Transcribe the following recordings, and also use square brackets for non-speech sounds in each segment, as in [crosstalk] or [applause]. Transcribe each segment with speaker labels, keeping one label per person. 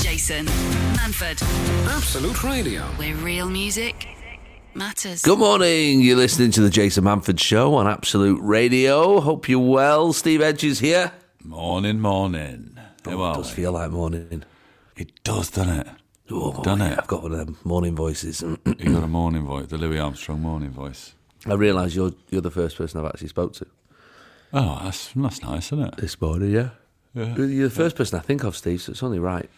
Speaker 1: Jason Manford.
Speaker 2: Absolute Radio.
Speaker 1: Where real music matters.
Speaker 3: Good morning. You're listening to the Jason Manford Show on Absolute Radio. Hope you're well. Steve Edge is here.
Speaker 4: Morning, morning. How
Speaker 3: it
Speaker 4: are
Speaker 3: does
Speaker 4: we?
Speaker 3: feel like morning.
Speaker 4: It does, doesn't it?
Speaker 3: Oh,
Speaker 4: Done
Speaker 3: yeah,
Speaker 4: it.
Speaker 3: I've got one of them morning voices. [clears throat]
Speaker 4: You got a morning voice, the Louis Armstrong morning voice.
Speaker 3: I realise you're you're the first person I've actually spoke to
Speaker 4: Oh, that's that's nice, isn't it?
Speaker 3: this morning. Yeah,
Speaker 4: Yeah,
Speaker 3: you're the first person I think of, Steve. So it's only right.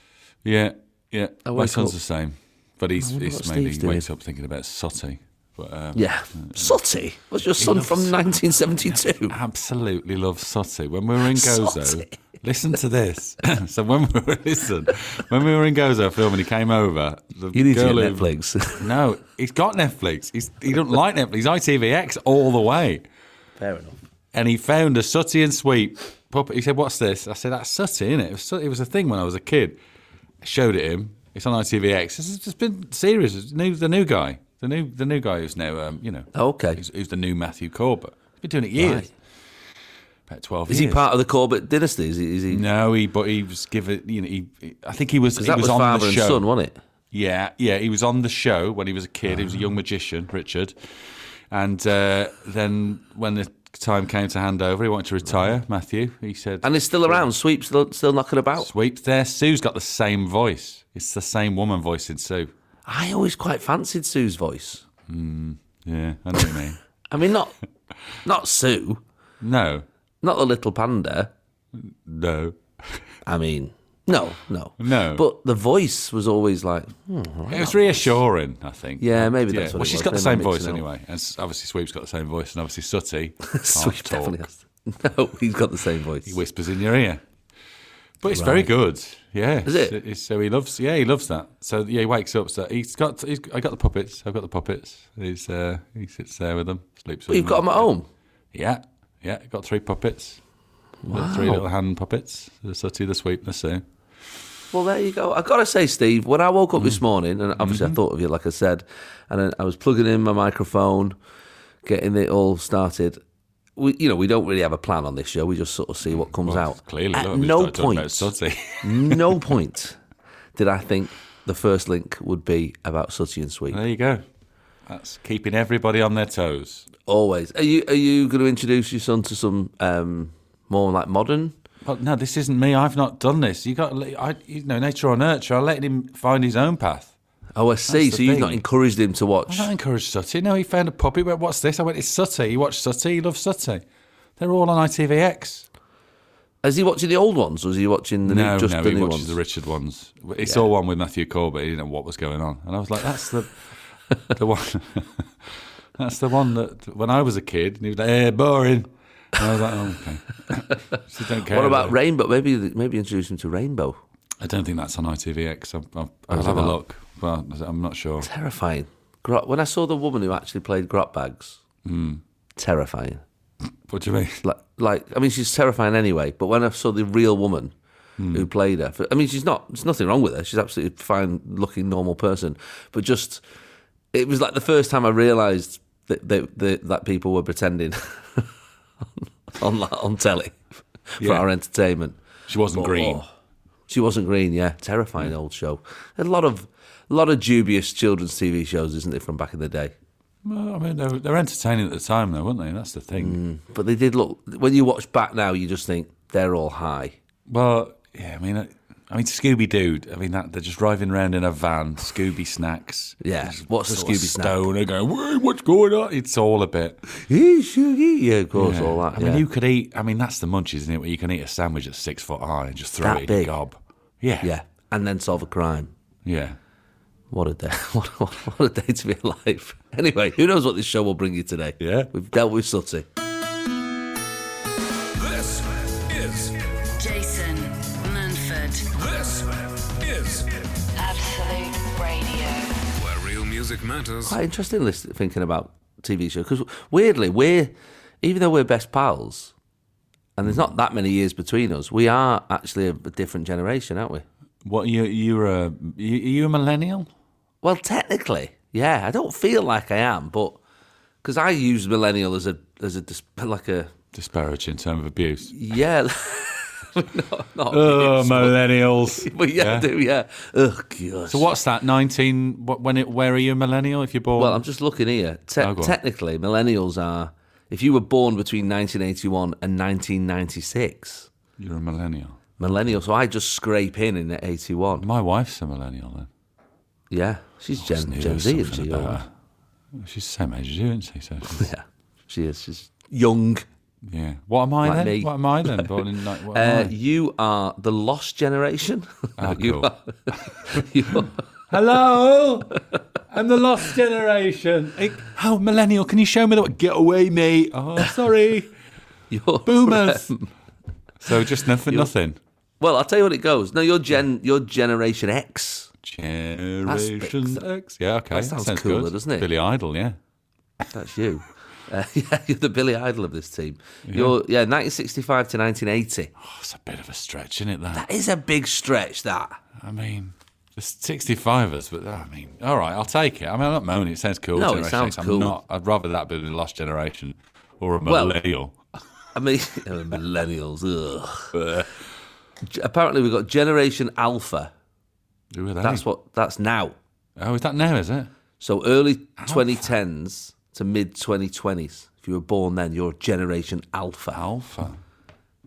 Speaker 4: yeah. yeah.
Speaker 3: I
Speaker 4: My
Speaker 3: wake
Speaker 4: son's
Speaker 3: up-
Speaker 4: the same, but he's,
Speaker 3: wonder
Speaker 4: he's
Speaker 3: what
Speaker 4: mainly
Speaker 3: Steve's
Speaker 4: he wakes up thinking about sooty. But um,
Speaker 3: Yeah, Sutty. What's your son from
Speaker 4: [laughs]
Speaker 3: 1972?
Speaker 4: absolutely love Sotty. When we were in Gozo,
Speaker 3: Sotty.
Speaker 4: listen to this. [coughs] so when we were listen, when we were in Gozo filming, he came over. The
Speaker 3: You need to
Speaker 4: girl
Speaker 3: get
Speaker 4: who-
Speaker 3: Netflix. [laughs]
Speaker 4: No, he's got Netflix. He's, he doesn't like Netflix. He's ITVX all the way.
Speaker 3: Fair enough.
Speaker 4: and he found a sooty and sweet puppet. He said, "What's this?" I said, "That's sooty, innit? It was, sooty- it was a thing when I was a kid." I showed it him. It's on ITVX. This has just been serious. It's new, the new guy, the new the new guy who's now, um, you know,
Speaker 3: Oh, Okay.
Speaker 4: who's, who's the new Matthew Corbett. He's been doing it years,
Speaker 3: Right.
Speaker 4: about twelve
Speaker 3: Is
Speaker 4: years.
Speaker 3: he part of the Corbett dynasty? Is he? Is he
Speaker 4: No, he but he was given. You know, he, he- I think he was. He
Speaker 3: 'cause that was,
Speaker 4: on
Speaker 3: father
Speaker 4: the
Speaker 3: and
Speaker 4: show.
Speaker 3: son, wasn't it?
Speaker 4: Yeah, yeah, he was on the show when he was a kid. He was
Speaker 3: Ah.
Speaker 4: a young magician, Richard. And uh, then when the time came to hand over, he wanted to retire, Matthew. He said,
Speaker 3: And he's still around. Sweep's still, still knocking about.
Speaker 4: Sweeps there. Sue's got the same voice. It's the same woman voicing Sue.
Speaker 3: I always quite fancied Sue's voice.
Speaker 4: Yeah, I know what
Speaker 3: [laughs]
Speaker 4: you mean.
Speaker 3: I mean,
Speaker 4: [laughs]
Speaker 3: not not Sue,
Speaker 4: No,
Speaker 3: not the little panda.
Speaker 4: no.
Speaker 3: I mean, no, no,
Speaker 4: No.
Speaker 3: But the voice was always like, [laughs] hmm,
Speaker 4: It was reassuring, I think.
Speaker 3: Yeah, maybe that's what
Speaker 4: Well,
Speaker 3: it
Speaker 4: she's
Speaker 3: was.
Speaker 4: got the
Speaker 3: They might
Speaker 4: same
Speaker 3: mix
Speaker 4: voice
Speaker 3: it up.
Speaker 4: anyway. And s- obviously, Sweep's got the same voice. And obviously, Sooty.
Speaker 3: [laughs]
Speaker 4: can't
Speaker 3: Sweep
Speaker 4: talk.
Speaker 3: definitely has. [laughs] No, he's got the same voice.
Speaker 4: He whispers in your ear. But it's very good. Yeah.
Speaker 3: Is it?
Speaker 4: So, it's- so he loves. Yeah, he loves that. So yeah, he wakes up. So he's got. He's, I got the puppets. I've got the puppets. He's. Uh, he sits there with them. Sleeps.
Speaker 3: But
Speaker 4: with
Speaker 3: you've got him at home.
Speaker 4: Yeah, yeah. Got three puppets. The Three little hand puppets. The sooty, the eh? sweep, the sue.
Speaker 3: Well, there you go. I gotta say, Steve, when I woke up
Speaker 4: Mm-hmm.
Speaker 3: this morning, and obviously I thought of you, like I said, and then I was plugging in my microphone, getting it all started. We, you know, we don't really have a plan on this show. We just sort of see what comes
Speaker 4: Well,
Speaker 3: out.
Speaker 4: Clearly,
Speaker 3: at
Speaker 4: look, we
Speaker 3: no
Speaker 4: started talking about
Speaker 3: point,
Speaker 4: sooty.
Speaker 3: no point did I think the first link would be about Sooty and Sweet.
Speaker 4: there you go. That's keeping everybody on their toes.
Speaker 3: Always. Are you are you going to introduce your son to some um, more like modern?
Speaker 4: But no, this isn't me. I've not done this. You got, to let- I, you know, nature or nurture. I let him find his own path.
Speaker 3: Oh, I see.
Speaker 4: That's the
Speaker 3: So you've not
Speaker 4: thing.
Speaker 3: encouraged him to
Speaker 4: I
Speaker 3: watch.
Speaker 4: don't encourage Sooty. No, he found a puppy. He Went, what's this? I went, it's Sooty. He watched Sooty. He loves Sooty. They're all on ITVX.
Speaker 3: Is he watching the old ones, or is he watching the
Speaker 4: No,
Speaker 3: new, just
Speaker 4: no,
Speaker 3: the
Speaker 4: he
Speaker 3: new
Speaker 4: watches
Speaker 3: ones?
Speaker 4: the Richard ones. He saw one with Matthew Corbett. He didn't know what was going on, and I was like,
Speaker 3: [laughs]
Speaker 4: "That's the the one. [laughs] that's the one that when I was a kid." And he was like, "Eh, boring." And I was like, oh, "Okay." [laughs] so don't care.
Speaker 3: what about
Speaker 4: it.
Speaker 3: Rainbow? Maybe maybe introduce him to Rainbow.
Speaker 4: I don't think that's on ITVX. i i I'll
Speaker 3: it
Speaker 4: have a
Speaker 3: not?
Speaker 4: look, but I'm not sure.
Speaker 3: Terrifying. Grot, when I saw the woman who actually played Grot Bags,
Speaker 4: Hmm.
Speaker 3: terrifying.
Speaker 4: What do you mean? [laughs]
Speaker 3: Like, like I mean, she's terrifying anyway. But when I saw the real woman
Speaker 4: Hmm.
Speaker 3: who played her, I mean, she's not. There's nothing wrong with her. She's absolutely fine looking, normal person. But just, it was like the first time I realised that that, that that people were pretending [laughs] on on, on telly for
Speaker 4: Yeah.
Speaker 3: our entertainment.
Speaker 4: She wasn't green. Hmm.
Speaker 3: Oh. She wasn't green, yeah. Terrifying old show. A lot of lot of dubious children's TV shows, isn't it, from back in the day?
Speaker 4: Well, I mean, they were, they were entertaining at the time, though, weren't they? That's the thing.
Speaker 3: But they did look. When you watch back now, you just think they're all high.
Speaker 4: Well, yeah, I mean, I, I mean, Scooby Doo. I mean, that they're just driving around in a van, Scooby snacks.
Speaker 3: Yeah,
Speaker 4: Just
Speaker 3: what's a
Speaker 4: sort of
Speaker 3: Scooby snack?
Speaker 4: Stone and going, "Whoa, what's going on? It's all a bit.
Speaker 3: Yeah, sure, yeah, yeah, of course,
Speaker 4: Yeah.
Speaker 3: all that.
Speaker 4: I mean,
Speaker 3: yeah.
Speaker 4: you could eat. I mean, that's the munchies, isn't it? Where you can eat a sandwich at six foot high and just throw
Speaker 3: That
Speaker 4: it in
Speaker 3: big.
Speaker 4: your gob. Yeah,
Speaker 3: yeah, and then solve a crime.
Speaker 4: yeah.
Speaker 3: What a day! [laughs] What, what, what a day to be alive. [laughs] Anyway, who knows what this show will bring you today?
Speaker 4: Yeah.
Speaker 3: we've dealt with Sooty.
Speaker 2: This is
Speaker 1: Jason Manford.
Speaker 2: this is
Speaker 1: Absolute Radio.
Speaker 2: where real music matters.
Speaker 3: Quite interesting list thinking about TV show because weirdly we're even though we're best pals, and there's not that many years between us, we are actually a, a different generation, aren't we?
Speaker 4: What you you're a you, are you a millennial?
Speaker 3: Well, technically, yeah. I don't feel like I am, but because I use millennial as a as a dis- like a [laughs]
Speaker 4: Disparage in term of abuse.
Speaker 3: yeah. not, not
Speaker 4: Oh,
Speaker 3: it's- [laughs]
Speaker 4: millennials.
Speaker 3: But yeah, I
Speaker 4: Yeah.
Speaker 3: do, yeah. Ugh, gosh.
Speaker 4: So what's that? Nineteen? What, when it? Where are you, a millennial? If you're born?
Speaker 3: Well, I'm just looking here. Te-
Speaker 4: Oh, go on.
Speaker 3: technically, millennials are, if you were born between 1981 and 1996,
Speaker 4: you're a millennial.
Speaker 3: millennials, so I just scrape in in at 81.
Speaker 4: My wife's a millennial then.
Speaker 3: Yeah, she's Gen,
Speaker 4: Knew
Speaker 3: Gen
Speaker 4: there was
Speaker 3: Z, isn't
Speaker 4: Oh, something
Speaker 3: she?
Speaker 4: about
Speaker 3: Or-
Speaker 4: her. She's the same age as you, isn't she?
Speaker 3: [laughs]
Speaker 4: So she's-
Speaker 3: Yeah, she is. She's young.
Speaker 4: yeah. What am I
Speaker 3: Like
Speaker 4: then?
Speaker 3: me.
Speaker 4: What am I then? Born in like,
Speaker 3: [laughs]
Speaker 4: what
Speaker 3: Uh,
Speaker 4: am I?
Speaker 3: you are the lost generation.
Speaker 4: Ah,
Speaker 3: [laughs] you
Speaker 4: cool.
Speaker 3: are. you are-
Speaker 4: Hello, I'm the lost generation. Hey, oh, millennial, can you show me the way? Get away, mate. Oh, sorry,
Speaker 3: you're-
Speaker 4: boomers. so just nothing, nothing.
Speaker 3: [laughs] Well, I'll tell you what it goes. No, you're Gen, you're Generation X.
Speaker 4: Generation
Speaker 3: That's-
Speaker 4: X. Yeah, okay.
Speaker 3: that sounds cooler,
Speaker 4: good.
Speaker 3: doesn't it?
Speaker 4: Billy Idol, yeah.
Speaker 3: That's you. [laughs] Uh, yeah, you're the Billy Idol of this team. You're yeah, 1965 to 1980.
Speaker 4: Oh, it's a bit of a stretch, isn't it? That.
Speaker 3: That is a big stretch. That
Speaker 4: I mean, the 65ers, but I mean, all right, I'll take it. I mean, I'm not moaning. It sounds cool.
Speaker 3: No, it
Speaker 4: Generation
Speaker 3: sounds
Speaker 4: X. I'm
Speaker 3: cool.
Speaker 4: Not, I'd rather that be the Lost Generation or a
Speaker 3: Well-
Speaker 4: millennial.
Speaker 3: I mean, [laughs] oh, millennials. Ugh. G- Apparently, we've got Generation Alpha.
Speaker 4: Who are they?
Speaker 3: That's what. That's now.
Speaker 4: Oh, is that now? Is it?
Speaker 3: So early 2010s to mid 2020s. If you were born then, you're Generation Alpha.
Speaker 4: Alpha.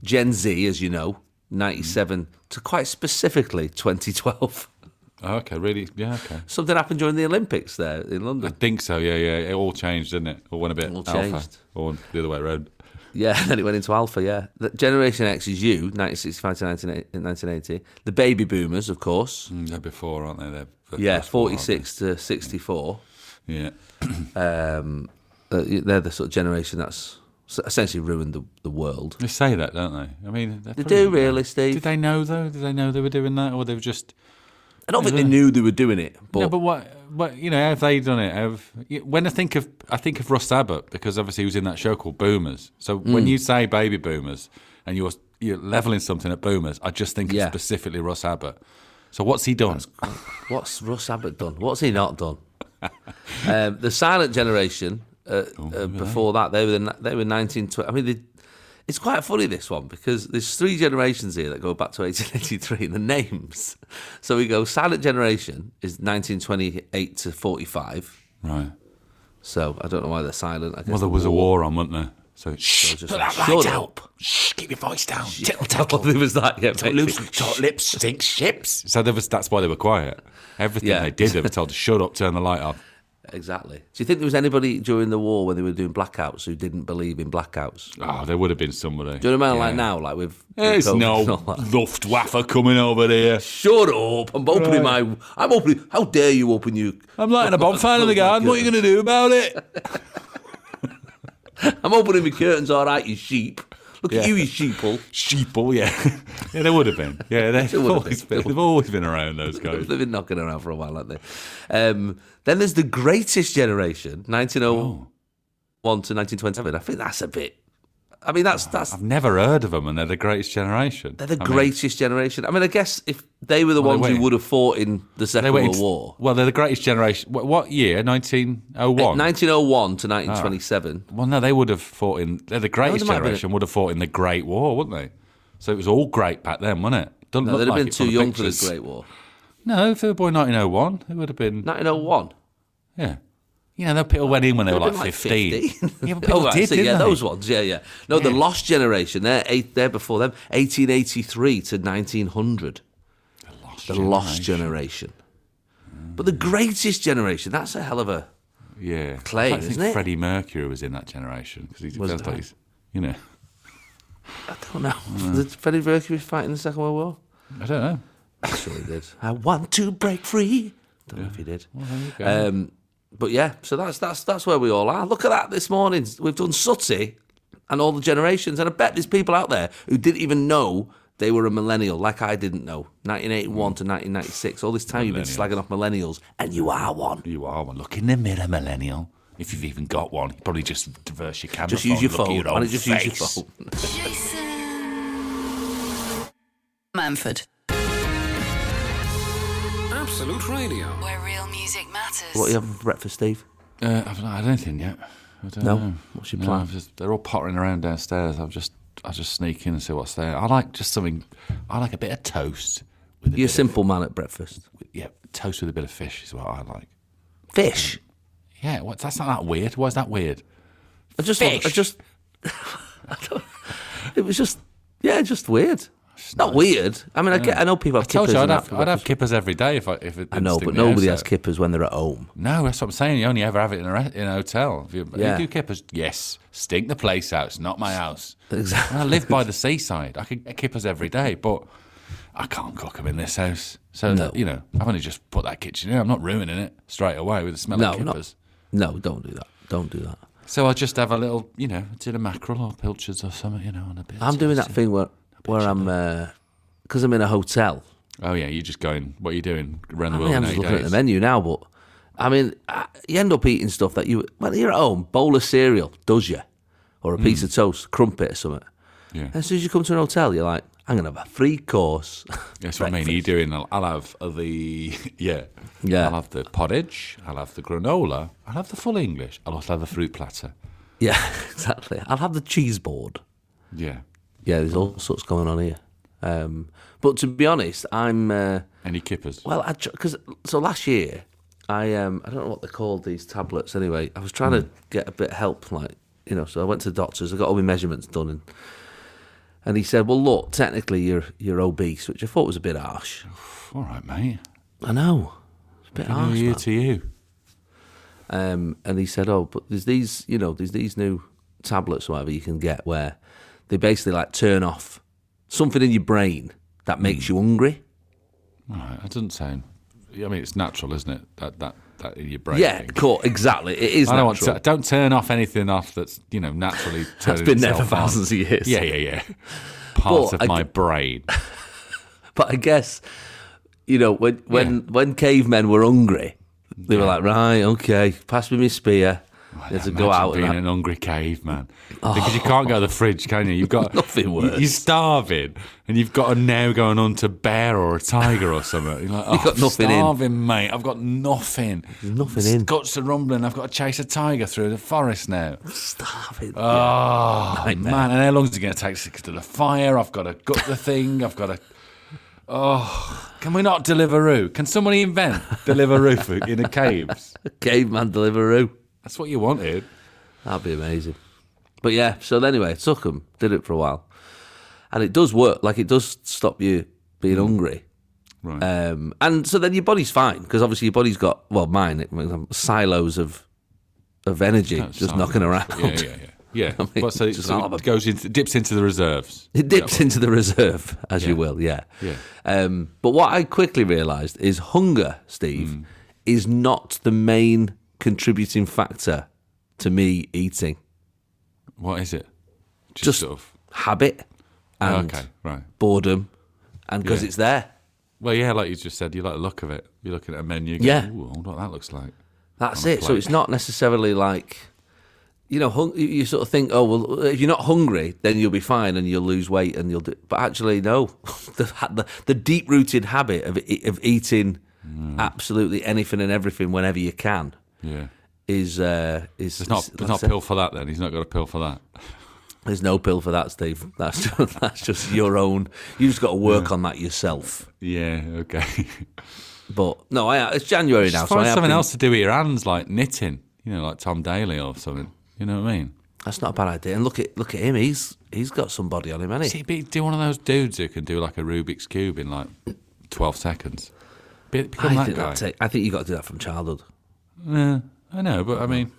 Speaker 3: Gen Z, as you know, 97 to quite specifically 2012.
Speaker 4: Oh, okay, really? Yeah, okay.
Speaker 3: [laughs] Something happened during the Olympics there in
Speaker 4: I
Speaker 3: London.
Speaker 4: think so. Yeah, yeah. It all changed, didn't it? Or went a bit
Speaker 3: All
Speaker 4: alpha,
Speaker 3: changed.
Speaker 4: or the other way around.
Speaker 3: Yeah, [laughs] and then it went into Alpha, yeah. The Generation X is you, 1965 to 1980 1980. The baby boomers, of course.
Speaker 4: Mm, They're before, aren't they? They're, they're
Speaker 3: Yeah,
Speaker 4: before, aren't
Speaker 3: 46 to 64.
Speaker 4: they? Yeah.
Speaker 3: Uh, they're the sort of generation that's s- essentially ruined the, the world.
Speaker 4: They say that, don't they? I mean, they
Speaker 3: do really, Steve.
Speaker 4: Did they know though? Did they know they were doing that, or they were just?
Speaker 3: I don't think they knew they were doing it, but,
Speaker 4: no, but what? What you know? Have they done it? Have y- when I think of, I think of Russ Abbott because obviously he was in that show called Boomers. So
Speaker 3: Mm.
Speaker 4: when you say baby boomers and you're you're leveling something at boomers, I just think
Speaker 3: Yeah.
Speaker 4: of specifically Russ Abbott. So what's he done?
Speaker 3: what's Russ Abbott done? What's he not
Speaker 4: [laughs]
Speaker 3: done? um, the Silent Generation. Uh,
Speaker 4: Oh,
Speaker 3: uh, before that, they were the, they were nineteen twenty. I mean, they, it's quite funny this one because there's three generations here that go back to 1883 in the names. So we go Silent Generation is 1928 to 45.
Speaker 4: Right.
Speaker 3: So I don't know why they're silent. I guess
Speaker 4: Well, there was a war on, wasn't there? So shh,
Speaker 3: just like, "Shut up."
Speaker 4: Shh, keep your voice down.
Speaker 3: [laughs]
Speaker 4: Tittle
Speaker 3: There was that. Yeah, maybe.
Speaker 4: short lips, stink ships. [laughs] So there was, that's why they were quiet. Everything
Speaker 3: Yeah.
Speaker 4: they did,
Speaker 3: [laughs]
Speaker 4: they were told to shut up, turn the light off.
Speaker 3: Exactly. Do you think there was anybody during the war when they were doing blackouts who didn't believe in blackouts?
Speaker 4: Oh, there would have been somebody.
Speaker 3: Do you know what I mean?
Speaker 4: Yeah.
Speaker 3: Like now, like with, with
Speaker 4: There's
Speaker 3: COVID
Speaker 4: no
Speaker 3: [laughs] and all that.
Speaker 4: Luftwaffe coming over here.
Speaker 3: Shut up! I'm opening my. I'm opening. How dare you open you? [laughs]
Speaker 4: I'm lighting a bonfire in the garden. What are you going to do about it?
Speaker 3: I'm opening my curtains. All right, you sheep. Look at
Speaker 4: Yeah.
Speaker 3: you, you
Speaker 4: [laughs]
Speaker 3: sheeple.
Speaker 4: Sheeple, oh, yeah. yeah, there would have been.
Speaker 3: [laughs]
Speaker 4: Yeah, they've
Speaker 3: would have
Speaker 4: always
Speaker 3: been.
Speaker 4: been. They've always been around those guys.
Speaker 3: They've been knocking around for a while, haven't they? Um, then there's the Greatest Generation, 1901
Speaker 4: Oh.
Speaker 3: to 1927. I think that's a bit. I mean, that's that's
Speaker 4: I've never heard of them, and they're the greatest generation.
Speaker 3: they're the
Speaker 4: I mean,
Speaker 3: greatest generation. I mean, I guess if they were the
Speaker 4: Well, they
Speaker 3: ones who
Speaker 4: waited-
Speaker 3: would have fought in the Second
Speaker 4: waited-
Speaker 3: World War, Eh,
Speaker 4: Well, they're the greatest generation. What, what year? 1901.
Speaker 3: 1901 to
Speaker 4: Ah.
Speaker 3: 1927.
Speaker 4: Well, no, they would have fought in. They're the greatest
Speaker 3: might have been-
Speaker 4: generation. Would have fought in the Great War, wouldn't they? So it was all great back then, wasn't it? Doesn't
Speaker 3: No,
Speaker 4: look
Speaker 3: they'd have
Speaker 4: like
Speaker 3: been
Speaker 4: it from
Speaker 3: too
Speaker 4: the
Speaker 3: young
Speaker 4: pictures.
Speaker 3: for the Great War.
Speaker 4: No, if they were born 1901, it would have been.
Speaker 3: 1901.
Speaker 4: Yeah, you know, the people went in when they were
Speaker 3: They've
Speaker 4: like
Speaker 3: been [laughs]
Speaker 4: 15.
Speaker 3: 15.
Speaker 4: yeah, but people
Speaker 3: oh, right,
Speaker 4: did,
Speaker 3: so,
Speaker 4: didn't
Speaker 3: yeah,
Speaker 4: they?
Speaker 3: those ones. Yeah, yeah. No, the
Speaker 4: Yeah.
Speaker 3: Lost Generation. They're eight. They're before them. 1883 to 1900.
Speaker 4: Lost
Speaker 3: The Lost Generation. But the Greatest Generation. That's a hell of a.
Speaker 4: Yeah,
Speaker 3: Clay,
Speaker 4: I don't think
Speaker 3: isn't it?
Speaker 4: Freddie Mercury was in that generation because he
Speaker 3: Wasn't
Speaker 4: sounds like
Speaker 3: he?
Speaker 4: he's, you know,
Speaker 3: I don't know. Did Freddie Mercury fight in the Second World War?
Speaker 4: I don't know.
Speaker 3: I'm sure he did. I want to break free. Don't know if he did.
Speaker 4: Okay.
Speaker 3: Um, but yeah, so that's that's that's where we all are. Look at that this morning. We've done Sutty and all the generations, and I bet there's people out there who didn't even know they were a millennial, like I didn't know. 1981 to 1996. All this time you've been slagging off millennials, and you are one.
Speaker 4: you are one. Look in the mirror, millennial. If you've even got one, you probably just reverse your camera.
Speaker 3: Just use your
Speaker 4: look at
Speaker 3: phone.
Speaker 4: own
Speaker 3: and just use your
Speaker 4: face.
Speaker 3: phone. [laughs]
Speaker 1: Jason Manford,
Speaker 2: Absolute Radio.
Speaker 1: where real music matters.
Speaker 3: What are you having for breakfast, Steve?
Speaker 4: Uh, I've not had anything yet. I don't
Speaker 3: No?
Speaker 4: Know.
Speaker 3: What's your
Speaker 4: No,
Speaker 3: plan?
Speaker 4: I've just, they're all pottering around downstairs. I've just I just sneak in and see what's there. I like just something. I like a bit of toast with a
Speaker 3: You're a
Speaker 4: bit of,
Speaker 3: simple man at breakfast.
Speaker 4: yeah toast with a bit of fish is what I like.
Speaker 3: Fish.
Speaker 4: Yeah, what's that's not that weird. Why is that weird?
Speaker 3: I just, want- I
Speaker 4: Fish.
Speaker 3: just, [laughs] I don't- it was just, yeah, just weird. Not weird. I mean, I get, I know people have
Speaker 4: Told
Speaker 3: kippers.
Speaker 4: you, I'd
Speaker 3: and
Speaker 4: have,
Speaker 3: that,
Speaker 4: I'd have kippers every day if I if it.
Speaker 3: I know, but nobody has kippers when they're at home.
Speaker 4: [laughs] No, that's what I'm saying. You only ever have it in a re- in a hotel. If you,
Speaker 3: Yeah.
Speaker 4: you do kippers, yes, stink the place out. It's not my house.
Speaker 3: Exactly.
Speaker 4: And I live by the seaside. I could get kippers every day, but I can't cook them in this house. So that, you know, I've only just put that kitchen in. I'm not ruining it straight away with the smell
Speaker 3: No,
Speaker 4: of
Speaker 3: no,
Speaker 4: kippers.
Speaker 3: no, don't do that. Don't do that.
Speaker 4: So I'll just have a little, you know, did a mackerel or pilchards or something, you know, and a bit. of
Speaker 3: I'm doing
Speaker 4: toast.
Speaker 3: that thing where, where I'm, because I'm in a hotel.
Speaker 4: Oh yeah, you're just going. What are you doing around the
Speaker 3: I
Speaker 4: world
Speaker 3: mean, I'm
Speaker 4: in
Speaker 3: just
Speaker 4: eight
Speaker 3: looking at the
Speaker 4: days?
Speaker 3: menu now, but I mean, I- you end up eating stuff that you, well, you're at home, bowl of cereal, does you? Or a
Speaker 4: Hmm.
Speaker 3: piece of toast, crumpet or something.
Speaker 4: Yeah.
Speaker 3: As soon as you come to an hotel, you're like, I'm going to have a free course. [laughs]
Speaker 4: That's what I mean. You doing? I'll, I'll have the [laughs] yeah,
Speaker 3: Yeah.
Speaker 4: I'll have the porridge. I'll have the granola. I'll have the full English. I'll also have the fruit platter.
Speaker 3: yeah, [laughs] exactly. I'll have the cheese board.
Speaker 4: Yeah.
Speaker 3: Yeah, there's all sorts going on here. Um, but to be honest, I'm, uh,
Speaker 4: Any kippers?
Speaker 3: well, because, so last year, I, um, I don't know what they're called, these tablets, anyway. I was trying to get a bit of help, like, you know, so I went to the doctors, I got all my measurements done and and he said, "Well, look, technically you're you're obese," which I thought was a bit harsh.
Speaker 4: All right, mate.
Speaker 3: I know, it's a bit
Speaker 4: New
Speaker 3: harsh.
Speaker 4: year
Speaker 3: man.
Speaker 4: to you.
Speaker 3: Um, and he said, "Oh, but there's these, you know, there's these new tablets, or whatever you can get, where they basically like turn off something in your brain that makes
Speaker 4: Hmm.
Speaker 3: you hungry."
Speaker 4: All right. That doesn't sound. I mean, it's natural, isn't it? That that that in your brain.
Speaker 3: Yeah,
Speaker 4: thing.
Speaker 3: cool, exactly. It is
Speaker 4: I don't want
Speaker 3: natural.
Speaker 4: to, don't turn off anything off that's you know naturally.
Speaker 3: [laughs] That's
Speaker 4: turning
Speaker 3: been there for
Speaker 4: itself on.
Speaker 3: thousands of years.
Speaker 4: Yeah, yeah, yeah. Part
Speaker 3: But
Speaker 4: of
Speaker 3: I
Speaker 4: my
Speaker 3: g-
Speaker 4: brain.
Speaker 3: But I guess, you know, when when when cavemen were hungry, they were like, "Right, okay, pass me my spear." They had to go
Speaker 4: Imagine
Speaker 3: out and
Speaker 4: being
Speaker 3: that.
Speaker 4: an hungry caveman because you can't go to the fridge, can you? You've
Speaker 3: [laughs]
Speaker 4: got
Speaker 3: Nothing
Speaker 4: you-
Speaker 3: worse.
Speaker 4: You're starving, and you've got to now go and hunt a bear or a tiger or something.
Speaker 3: [laughs]
Speaker 4: You're like, oh,
Speaker 3: got nothing in.
Speaker 4: I'm starving, mate. I've got nothing.
Speaker 3: nothing
Speaker 4: S-
Speaker 3: in.
Speaker 4: Guts are rumbling. I've got to chase a tiger through the forest now.
Speaker 3: starving.
Speaker 4: Oh
Speaker 3: Nightmare.
Speaker 4: man! And how long is it going to take to get to the fire? I've got to gut [laughs] the thing. I've got to. Oh, can we not Deliveroo? Can somebody invent Deliveroo for- in the caves?
Speaker 3: Caveman Deliveroo.
Speaker 4: That's what you wanted.
Speaker 3: That'd be amazing. But yeah, so anyway, took 'em, did it for a while, and it does work. Like it does stop you being
Speaker 4: Mm.
Speaker 3: hungry,
Speaker 4: Right.
Speaker 3: um, and so then your body's fine because obviously your body's got well, mine it, um, silos of of energy just
Speaker 4: Silence.
Speaker 3: knocking around.
Speaker 4: Yeah, yeah, yeah. [laughs] Yeah.
Speaker 3: mean,
Speaker 4: well, so it
Speaker 3: just
Speaker 4: so
Speaker 3: not
Speaker 4: it goes into, dips into the reserves.
Speaker 3: [laughs] It dips into the reserve, as you will, yeah.
Speaker 4: Yeah.
Speaker 3: Um, but what I quickly realised is hunger, Steve,
Speaker 4: Mm.
Speaker 3: is not the main contributing factor to me eating.
Speaker 4: What is it? Just,
Speaker 3: Just
Speaker 4: sort of. oh,
Speaker 3: habit and
Speaker 4: okay, right.
Speaker 3: boredom, and because
Speaker 4: Yeah.
Speaker 3: it's there.
Speaker 4: Well, yeah, like you just said, you like the look of it. You're looking at a menu. Going,
Speaker 3: Yeah.
Speaker 4: yeah. Ooh, I wonder what that looks like.
Speaker 3: That's
Speaker 4: On a
Speaker 3: it. So
Speaker 4: plate.
Speaker 3: it's not necessarily like, you know, hung- you- you sort of think, oh well, if you're not hungry, then you'll be fine and you'll lose weight and you'll do. But actually, no, [laughs] the ha- the, the deep rooted habit of e- of eating
Speaker 4: Hmm.
Speaker 3: absolutely anything and everything whenever you can
Speaker 4: Yeah.
Speaker 3: is uh, is
Speaker 4: There's not,
Speaker 3: is- that's
Speaker 4: there's not
Speaker 3: it.
Speaker 4: a pill for that then. He's not got a pill for that.
Speaker 3: There's no pill for that, Steve. That's [laughs] just, that's just your own. You just got to work on that yourself.
Speaker 4: Yeah, okay. [laughs]
Speaker 3: But no, I, it's January now,
Speaker 4: just
Speaker 3: so I
Speaker 4: find
Speaker 3: have
Speaker 4: something
Speaker 3: been-
Speaker 4: else to do with your hands, like knitting, you know, like Tom Daly or something. You know what I mean?
Speaker 3: That's not a bad idea. And look at look at him. He's he's got some body on him, hasn't he?
Speaker 4: See, be, do one of those dudes who can do like a Rubik's Cube in like 12 seconds. Be, become
Speaker 3: I
Speaker 4: that
Speaker 3: think,
Speaker 4: guy.
Speaker 3: that take, I think you got to do that from childhood.
Speaker 4: Yeah, I know, but I mean,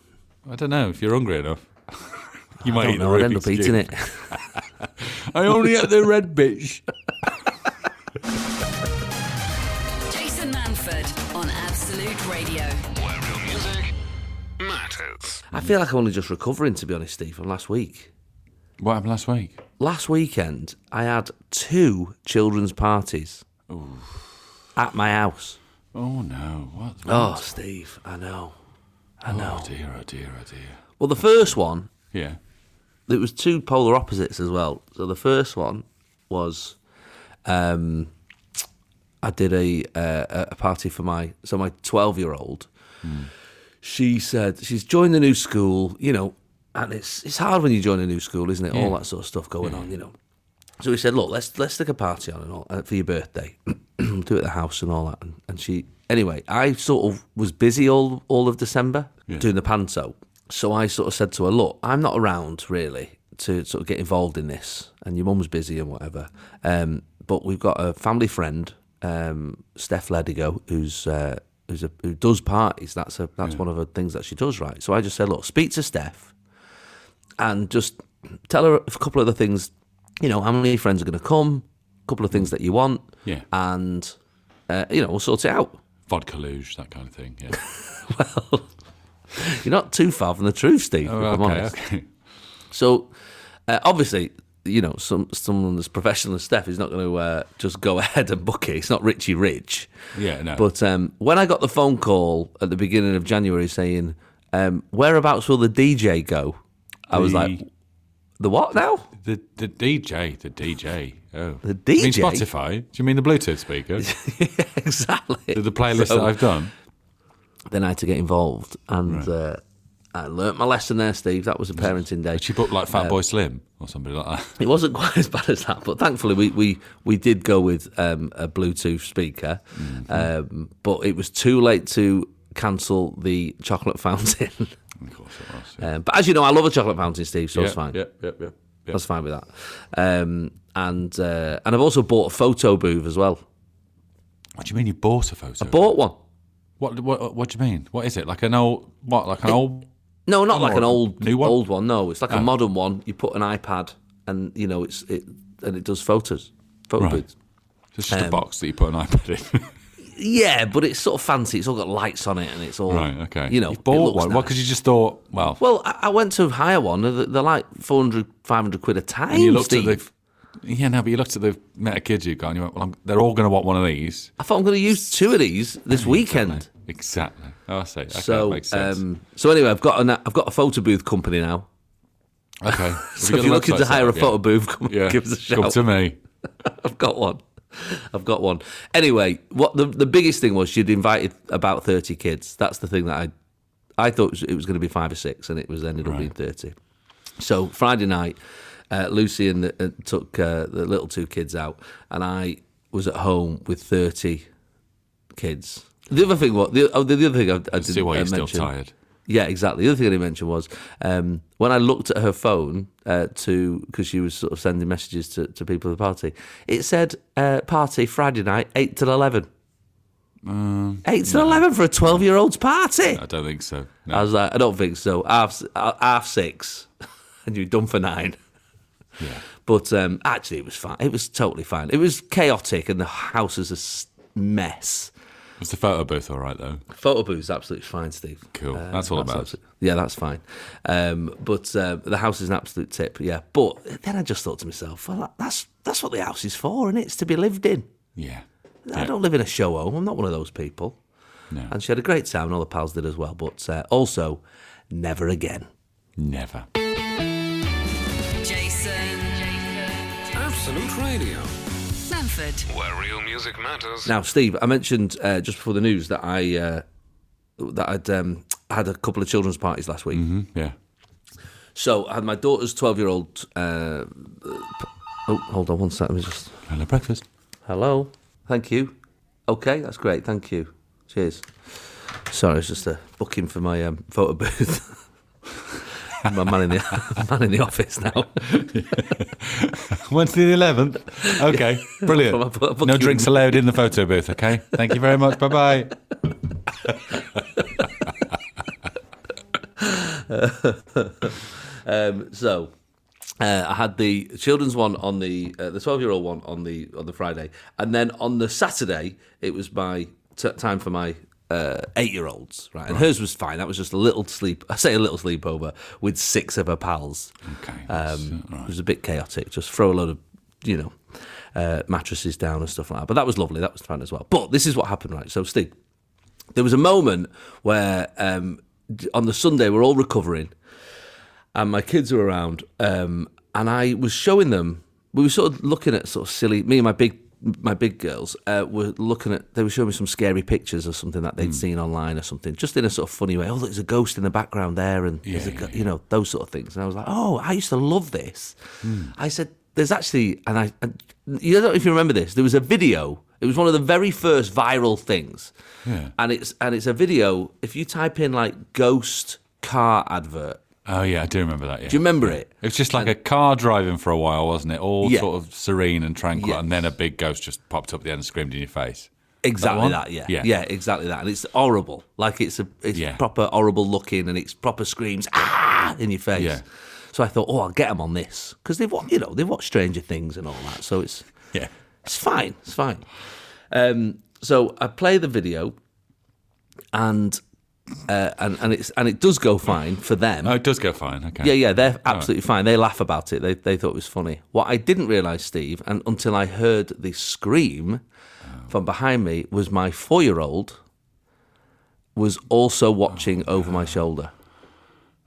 Speaker 4: I don't know if you're hungry enough. [laughs] You
Speaker 3: I
Speaker 4: might
Speaker 3: don't
Speaker 4: eat the
Speaker 3: know. I'd end up
Speaker 4: Rubik's
Speaker 3: eating
Speaker 4: Cube.
Speaker 3: it. [laughs]
Speaker 4: I only ate the red bitch.
Speaker 1: Jason Manford on Absolute Radio.
Speaker 2: Where real music matters.
Speaker 3: I feel like I'm only just recovering, to be honest, Steve, from last week.
Speaker 4: What happened last week?
Speaker 3: Last weekend, I had two children's parties at my house.
Speaker 4: Oh no! What?
Speaker 3: Oh, Steve, I know. I know.
Speaker 4: oh dear! Oh dear! Oh dear!
Speaker 3: Well, the first one,
Speaker 4: Yeah.
Speaker 3: it was two polar opposites as well. So the first one was, um, I did a uh, a- a party for my so my twelve year old. She said she's joined the new school. You know, and it's it's hard when you join a new school, isn't it? All that sort of stuff going on, you know. So we said, look, let's let's stick a party on and all uh, for your birthday, [clears throat] do it at the house and all that. And, and she, anyway, I sort of was busy all all of December doing the panto, so I sort of said to her, look, I'm not around really to sort of get involved in this, and your mum's busy and whatever. Um, but we've got a family friend, um, Steph Ledigo, who's uh, who's a, who does parties. That's a that's one of the things that she does, right? So I just said, look, speak to Steph and just tell her a couple of the things, you know, how many friends are going to come, a couple of things that you want,
Speaker 4: Yeah.
Speaker 3: and uh, you know, we'll sort it out.
Speaker 4: Vodka luge, that kind of thing.
Speaker 3: [laughs]
Speaker 4: Yeah.
Speaker 3: You're not too far from the truth, Steve.
Speaker 4: Oh,
Speaker 3: if I'm
Speaker 4: okay,
Speaker 3: honest.
Speaker 4: okay.
Speaker 3: So uh, obviously, you know, some someone that's professional as Steph is not going to uh, just go [laughs] ahead and book it. It's not Richie Rich.
Speaker 4: Yeah, no.
Speaker 3: But um, when I got the phone call at the beginning of January saying, um, "Whereabouts will the DJ go?" I was
Speaker 4: The-
Speaker 3: like, "The what now?" [laughs]
Speaker 4: The the DJ, the DJ. Oh,
Speaker 3: The
Speaker 4: You mean
Speaker 3: DJ?
Speaker 4: Spotify? Do you mean the Bluetooth
Speaker 3: [laughs]
Speaker 4: speaker?
Speaker 3: exactly.
Speaker 4: the playlist
Speaker 3: So-
Speaker 4: that I've done.
Speaker 3: then I had to get involved, and uh, I learnt my lesson there, Steve. That was a parenting day.
Speaker 4: She booked like
Speaker 3: uh,
Speaker 4: Fat Boy Slim or somebody like that. [laughs]
Speaker 3: It wasn't [laughs] quite as bad as that, but thankfully we we, we did go with um, a Bluetooth speaker,
Speaker 4: Mm-hmm.
Speaker 3: um, but it was too late to cancel the chocolate fountain. [laughs]
Speaker 4: Of course it was. Yeah.
Speaker 3: um, but as you know, I love a chocolate fountain, Steve, so
Speaker 4: yeah,
Speaker 3: it's fine.
Speaker 4: Yeah, yeah, yeah. yeah.
Speaker 3: That's fine with that. Um, and uh, and I've also bought a photo booth as well.
Speaker 4: What do you mean you bought a photo?
Speaker 3: Bought one.
Speaker 4: what, what What do you mean? What is it? Like an old what? Like an old?
Speaker 3: No, not like
Speaker 4: Or
Speaker 3: an old
Speaker 4: new one? Ah.
Speaker 3: old one. No, it's like a modern one. You put an iPad, and you know it's it, and it does photos, photo
Speaker 4: Right.
Speaker 3: booths.
Speaker 4: It's
Speaker 3: um,
Speaker 4: just a box that you put an iPad in. [laughs]
Speaker 3: Yeah, but it's sort of fancy. It's all got lights on it, and it's all
Speaker 4: right. Okay.
Speaker 3: You know,
Speaker 4: you
Speaker 3: it
Speaker 4: bought
Speaker 3: looks
Speaker 4: one.
Speaker 3: nice.
Speaker 4: Well, because you just thought, well,
Speaker 3: Well, I, I went to hire one. They're, they're like 400, 500 quid a time.
Speaker 4: and you looked
Speaker 3: Steve.
Speaker 4: at the. Yeah, no, but you looked at the met of kids you've got, and you went, "Well, I'm, they're all going to want one of these."
Speaker 3: I thought I'm going to use two of
Speaker 4: [laughs]
Speaker 3: these this weekend.
Speaker 4: Exactly. Oh, I see. Okay, that
Speaker 3: So,
Speaker 4: makes sense.
Speaker 3: um, so anyway, I've got an I've got a photo booth company now. [laughs]
Speaker 4: okay. Have
Speaker 3: So
Speaker 4: got
Speaker 3: if
Speaker 4: a
Speaker 3: you're looking
Speaker 4: website
Speaker 3: to
Speaker 4: set
Speaker 3: hire a
Speaker 4: up yet?
Speaker 3: photo booth, come,
Speaker 4: yeah.
Speaker 3: give us a shout.
Speaker 4: Come to me.
Speaker 3: I've got one. I've got one. Anyway, what the the biggest thing was she'd invited about thirty kids. That's the thing that I I thought it was, it was going to be five or six, and it was ended up being thirty. So Friday night, uh, Lucy and the, uh, took uh, the little two kids out, and I was at home with thirty kids. The other thing, what the, oh, the, the other thing I, I didn't
Speaker 4: See
Speaker 3: uh,
Speaker 4: why you're still
Speaker 3: mention-
Speaker 4: tired.
Speaker 3: yeah, exactly. The other thing I didn't mention was um, when I looked at her phone uh, to because she was sort of sending messages to, to people at the party. It said uh, party Friday night, eight till eleven. eight till eleven for a twelve-year-old's party.
Speaker 4: I don't think so. No.
Speaker 3: I was like, I don't think so. Half s- uh, half six, [laughs] and you're done for nine.
Speaker 4: Yeah.
Speaker 3: But um, actually, it was fine. It was totally fine. It was chaotic, and the house is a s- mess.
Speaker 4: Was the photo booth all right though?
Speaker 3: Photo booth's absolutely fine, Steve.
Speaker 4: Cool. That's all about.
Speaker 3: absolute- yeah, that's fine. Um, but uh, the house is an absolute tip. Yeah, but then I just thought to myself, well, that- that's that's what the house is for, and it's to be lived in.
Speaker 4: Yeah.
Speaker 3: I
Speaker 4: Yeah.
Speaker 3: don't live in a show home. I'm not one of those people.
Speaker 4: No.
Speaker 3: And she had a great time, and all the pals did as well. But uh, also, never again.
Speaker 4: Never.
Speaker 1: Jason. Jason.
Speaker 2: Absolute Radio,
Speaker 1: Manford.
Speaker 2: where real music matters.
Speaker 3: Now, Steve, I mentioned uh, just before the news that I uh, that I'd um, had a couple of children's parties last week.
Speaker 4: Mm, Yeah.
Speaker 3: So I had my daughter's twelve-year-old. Uh, uh, p- oh, hold on one sec. Let me just.
Speaker 4: Hello, breakfast.
Speaker 3: Hello. Thank you. Okay, that's great. Thank you. Cheers. Sorry, it's just a booking for my um, photo booth. [laughs] my man in the [laughs] man in the office now.
Speaker 4: [laughs] Wednesday the eleventh.
Speaker 3: [laughs]
Speaker 4: Okay.
Speaker 3: Well, I
Speaker 4: Brilliant.
Speaker 3: put a
Speaker 4: No
Speaker 3: booking-
Speaker 4: drinks allowed in the photo booth. Okay. Thank you very much. Bye bye.
Speaker 3: Um, so uh, I had the children's one on the uh, the twelve year old one on the on the Friday, and then on the Saturday it was my t- time for my. Uh, eight-year-olds, right? And hers was fine. That was just a little sleep. I say a little sleepover with six of her pals.
Speaker 4: Okay.
Speaker 3: Um,
Speaker 4: that's, uh,
Speaker 3: It
Speaker 4: right.
Speaker 3: was a bit chaotic. Just throw a load of, you know, uh, mattresses down and stuff like that. But that was lovely. That was fun as well. But this is what happened, right? So, Steve, there was a moment where um, d- on the Sunday we're all recovering, and my kids were around, um, and I was showing them. We were sort of looking at sort of silly. Me and my big my big girls uh, were looking at. They were showing me some scary pictures or something that they'd
Speaker 4: Hmm.
Speaker 3: seen online or something, just in a sort of funny way. Oh, look, there's a ghost in the background there, and there's a,
Speaker 4: yeah,
Speaker 3: go- you know those sort of things. And I was like, oh, I used to love this.
Speaker 4: Hmm.
Speaker 3: I said, there's actually, and I, and you don't know if you remember this. There was a video. It was one of the very first viral things,
Speaker 4: Yeah.
Speaker 3: and it's and it's a video. If you type in like ghost car advert,
Speaker 4: Oh yeah, I do remember that. Yeah.
Speaker 3: do you remember it?
Speaker 4: It was just like a car driving for a while, wasn't it? All
Speaker 3: Yeah.
Speaker 4: sort of serene and tranquil,
Speaker 3: Yeah.
Speaker 4: and then a big ghost just popped up at the end and screamed in your face.
Speaker 3: Exactly
Speaker 4: one?
Speaker 3: that, yeah. yeah.
Speaker 4: Yeah.
Speaker 3: exactly that. And it's horrible. Like it's a it's
Speaker 4: Yeah.
Speaker 3: proper horrible looking and it's proper screams ah in your face.
Speaker 4: Yeah.
Speaker 3: So I thought, oh, I'll get them on this because they've wa- you know they've watched Stranger Things and all that. So it's
Speaker 4: Yeah.
Speaker 3: it's fine. It's fine. Um, so I play the video, and uh, and and it's and it does go fine for them.
Speaker 4: Oh, it does go fine. Okay.
Speaker 3: Yeah, yeah, they're absolutely fine. They laugh about it. They they thought it was funny. What I didn't realise, Steve, and until I heard the scream from behind me, was my four year old was also watching over Oh my shoulder.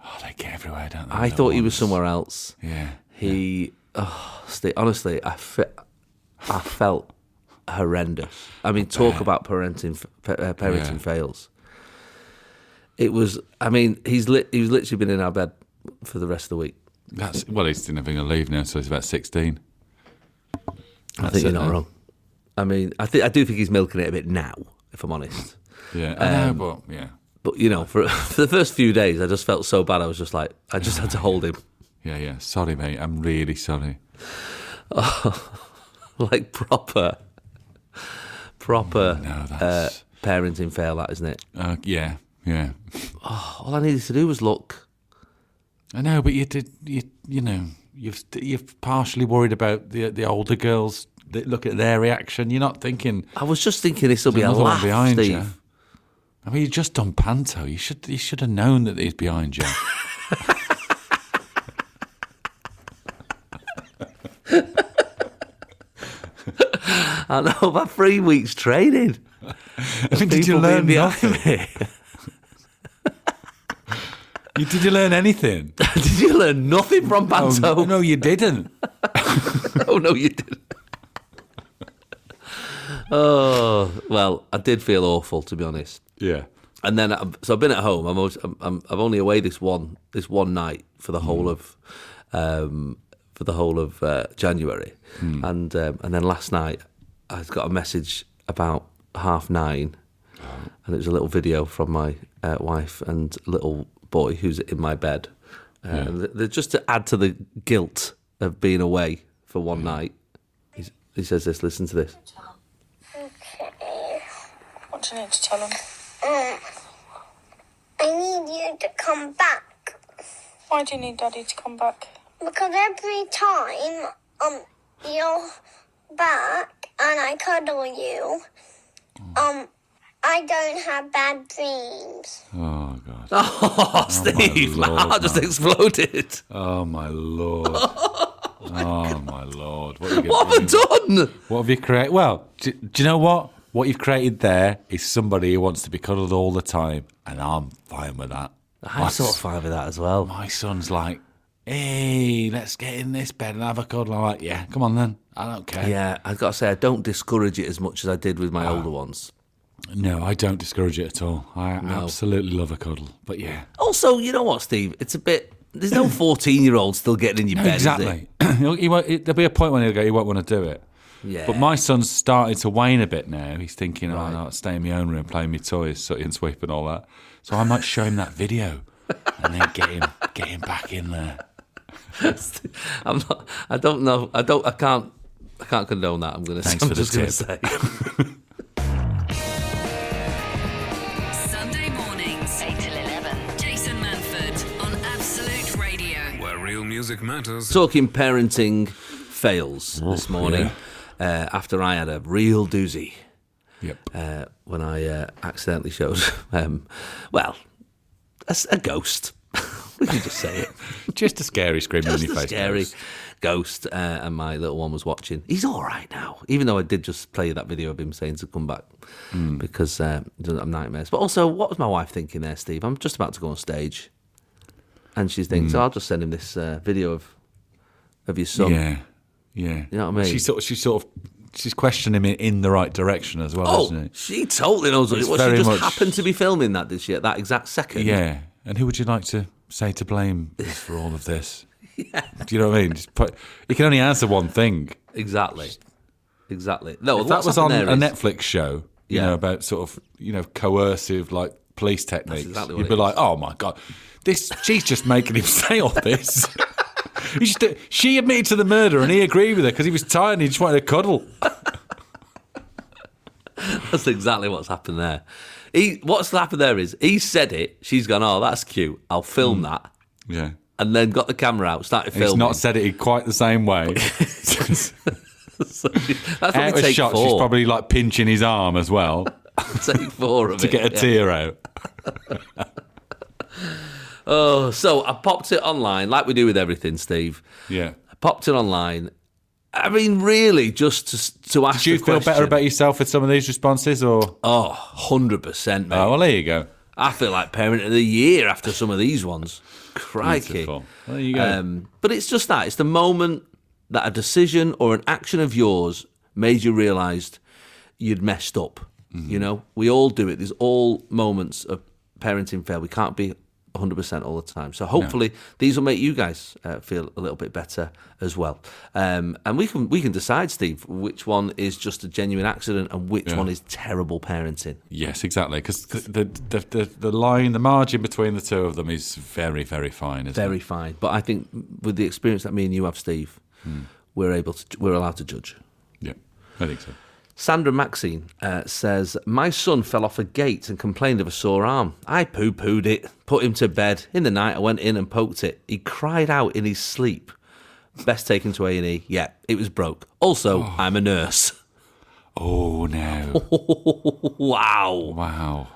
Speaker 4: Oh, they get everywhere, don't they?
Speaker 3: I
Speaker 4: The
Speaker 3: thought he was
Speaker 4: ones.
Speaker 3: somewhere else.
Speaker 4: Yeah.
Speaker 3: He, oh, Steve, honestly, I fe- I felt horrendous. I mean, talk about parenting f- pa- uh, parenting
Speaker 4: Yeah.
Speaker 3: fails. It was. I mean, he's lit. He's literally been in our bed for the rest of the week.
Speaker 4: That's well, he's never going to leave now, so he's about sixteen.
Speaker 3: I think
Speaker 4: it
Speaker 3: you're not
Speaker 4: then.
Speaker 3: wrong. I mean, I think I do think he's milking it a bit now, if I'm honest.
Speaker 4: Yeah. I
Speaker 3: Um,
Speaker 4: know, but yeah,
Speaker 3: But you know, for, [laughs] for the first few days, I just felt so bad. I was just like, I just had to hold him, [laughs]
Speaker 4: yeah, yeah. Sorry, mate. I'm really sorry.
Speaker 3: like proper, proper
Speaker 4: No,
Speaker 3: uh,
Speaker 4: that's.
Speaker 3: parenting fail. That isn't it?
Speaker 4: uh, yeah, yeah.
Speaker 3: All I needed to do was look.
Speaker 4: I know, but you did. You you know, you've you've partially worried about the the older girls. that Look at their reaction. You're not thinking.
Speaker 3: I was just thinking this will be a
Speaker 4: another one
Speaker 3: laugh,
Speaker 4: behind
Speaker 3: Steve.
Speaker 4: you. I mean, you just done panto. You should you should have known that he's behind you.
Speaker 3: [laughs] I know about three weeks training.
Speaker 4: I mean, did you
Speaker 3: People being
Speaker 4: learn
Speaker 3: behind
Speaker 4: nothing?
Speaker 3: me. [laughs]
Speaker 4: You, did you learn anything?
Speaker 3: Did you learn nothing from [laughs] Panto?
Speaker 4: Oh, no, you didn't.
Speaker 3: [laughs] oh no, you didn't. oh well, I did feel awful to be honest.
Speaker 4: Yeah.
Speaker 3: And then, I, so I've been at home. I'm, always, I'm, I'm I've only away this one this one night for the
Speaker 4: Hmm.
Speaker 3: whole of um, for the whole of uh, January,
Speaker 4: Hmm.
Speaker 3: and um, and then last night I got a message about half nine,
Speaker 4: Oh.
Speaker 3: and it was a little video from my uh, wife and little boy who's in my bed. Uh, and th- th- just to add to the guilt of being away for one night, he's, he says this. Listen to this.
Speaker 5: What do you need to tell him?
Speaker 6: Um, I need you to come back
Speaker 5: Why do you need Daddy to come back?
Speaker 6: because every time um you're back and I cuddle you, um, I don't have bad dreams.
Speaker 4: Oh god.
Speaker 3: Oh, [laughs] Steve, my,
Speaker 4: Lord,
Speaker 3: heart just exploded.
Speaker 4: Oh my
Speaker 3: [laughs]
Speaker 4: lord. Oh my, lord. What, are you
Speaker 3: What
Speaker 4: gonna
Speaker 3: have
Speaker 4: do?
Speaker 3: I done?
Speaker 4: What have you created? Well, do, do you know what? What you've created there is somebody who wants to be cuddled all the time, and I'm fine with that.
Speaker 3: I'm sort of fine with that as well.
Speaker 4: my son's like, hey, let's get in this bed and have a cuddle. I'm like, yeah, come on then. I don't care.
Speaker 3: Yeah, I've got to say, I don't discourage it as much as I did with
Speaker 4: Ah.
Speaker 3: my older ones.
Speaker 4: No, I don't discourage it at all. I absolutely love a cuddle. But yeah.
Speaker 3: Also, you know what, Steve? It's a bit. There's
Speaker 4: [laughs]
Speaker 3: no 14 year old still getting in your bed. is there?
Speaker 4: exactly. [clears throat] He'll- he won't, it- there'll be a point when he'll go, he won't want to do it.
Speaker 3: Yeah.
Speaker 4: But my son's started to wane a bit now. He's thinking, oh, no, I'll stay in my own room playing my toys, sooty and sweep and all that. So I might show him that video and then get him, get him back in there.
Speaker 3: [laughs] I'm not. I don't know. I don't. I can't. I can't condone that. I'm gonna.
Speaker 4: Thanks
Speaker 3: I'm
Speaker 4: for the
Speaker 3: just gonna say. [laughs]
Speaker 1: Sunday mornings, 8 till 11. Jason Manford on Absolute Radio.
Speaker 2: Where real music matters.
Speaker 3: Talking parenting fails this morning.
Speaker 4: Oh, yeah.
Speaker 3: Uh, after I had a real doozy.
Speaker 4: Yep.
Speaker 3: uh, when I uh, accidentally showed, [laughs] um, well, a, s- a ghost. [laughs] we can just say it.
Speaker 4: Just a scary scream in
Speaker 3: Just
Speaker 4: your
Speaker 3: a
Speaker 4: face.
Speaker 3: scary
Speaker 4: Ghost.
Speaker 3: ghost. Uh, and my little one was watching. He's all right now, even though I did just play that video of him saying to come back
Speaker 4: Hmm.
Speaker 3: because uh, he doesn't have nightmares. But also, what was my wife thinking there, Steve? I'm just about to go on stage, and she
Speaker 4: Hmm.
Speaker 3: thinks, "Oh, I'll just send him this uh, video of of your son.
Speaker 4: Yeah, yeah.
Speaker 3: You know what I mean?
Speaker 4: She sort of, she sort of she's questioning him in, in the right direction as well,
Speaker 3: Oh,
Speaker 4: isn't
Speaker 3: she totally knows what
Speaker 4: It's
Speaker 3: it was. She
Speaker 4: very
Speaker 3: just
Speaker 4: much-
Speaker 3: happened to be filming that, did she, at that exact
Speaker 4: it?
Speaker 3: second?
Speaker 4: Yeah. And who would you like to say to blame is for all of
Speaker 3: [laughs]
Speaker 4: this? Do you know what I mean? Just put, you can only answer one thing.
Speaker 3: Exactly. Exactly. No,
Speaker 4: If that was on a Netflix show, you
Speaker 3: Yeah.
Speaker 4: know, about sort of, you know, coercive like police techniques,
Speaker 3: exactly what
Speaker 4: you'd
Speaker 3: it
Speaker 4: be
Speaker 3: is.
Speaker 4: like, oh my God, this, she's just making him [laughs] say all this. [laughs] He just, she admitted to the murder and he agreed with her because he was tired and he just wanted to cuddle.
Speaker 3: That's exactly what's happened there. He, what's happened there is he said it. She's gone. Oh, that's cute. I'll film that,
Speaker 4: Yeah.
Speaker 3: and then got the camera out, started
Speaker 4: He's
Speaker 3: filming.
Speaker 4: Hmm. not said it in quite the same way.
Speaker 3: [laughs]
Speaker 4: [laughs]
Speaker 3: So that's
Speaker 4: Out
Speaker 3: only
Speaker 4: of
Speaker 3: take
Speaker 4: shot, she's
Speaker 3: four.
Speaker 4: probably like pinching his arm as well
Speaker 3: [laughs] take four of
Speaker 4: [laughs] to
Speaker 3: it.
Speaker 4: get a
Speaker 3: [laughs] yeah.
Speaker 4: tear out.
Speaker 3: Oh, so I popped it online, like we do with everything, Steve.
Speaker 4: Yeah.
Speaker 3: I popped it online. I mean, really, just to, to ask.
Speaker 4: Do you
Speaker 3: the
Speaker 4: feel better
Speaker 3: question.
Speaker 4: about yourself with some of these responses or? Oh,
Speaker 3: Oh, 100 percent, mate.
Speaker 4: well, there you go.
Speaker 3: I feel like parent of the year after some of these ones. Crikey.
Speaker 4: Beautiful. There you go.
Speaker 3: Um, but it's just that it's the moment that a decision or an action of yours made you realised you'd messed up. You know, we all do it. There's all moments of parenting fail. We can't be 100% all the time. So hopefully these will make you guys uh, feel a little bit better as well. Um, and we can we can decide, Steve, which one is just a genuine accident and which one is terrible parenting.
Speaker 4: Yes, exactly. Because the, the, the, the line, the margin between the two of them is very, very fine, isn't
Speaker 3: Very
Speaker 4: it?
Speaker 3: fine. But I think with the experience that me and you have, Steve, we're able to we're allowed to judge.
Speaker 4: Yeah, I think so.
Speaker 3: Sandra Maxine uh, says, My son fell off a gate and complained of a sore arm. I poo pooed it, put him to bed. In the night, I went in and poked it. He cried out in his sleep. Best taken to A&E. Yeah, it was broke. Also, I'm a nurse. [laughs]
Speaker 4: Oh, no.
Speaker 3: wow.
Speaker 4: wow.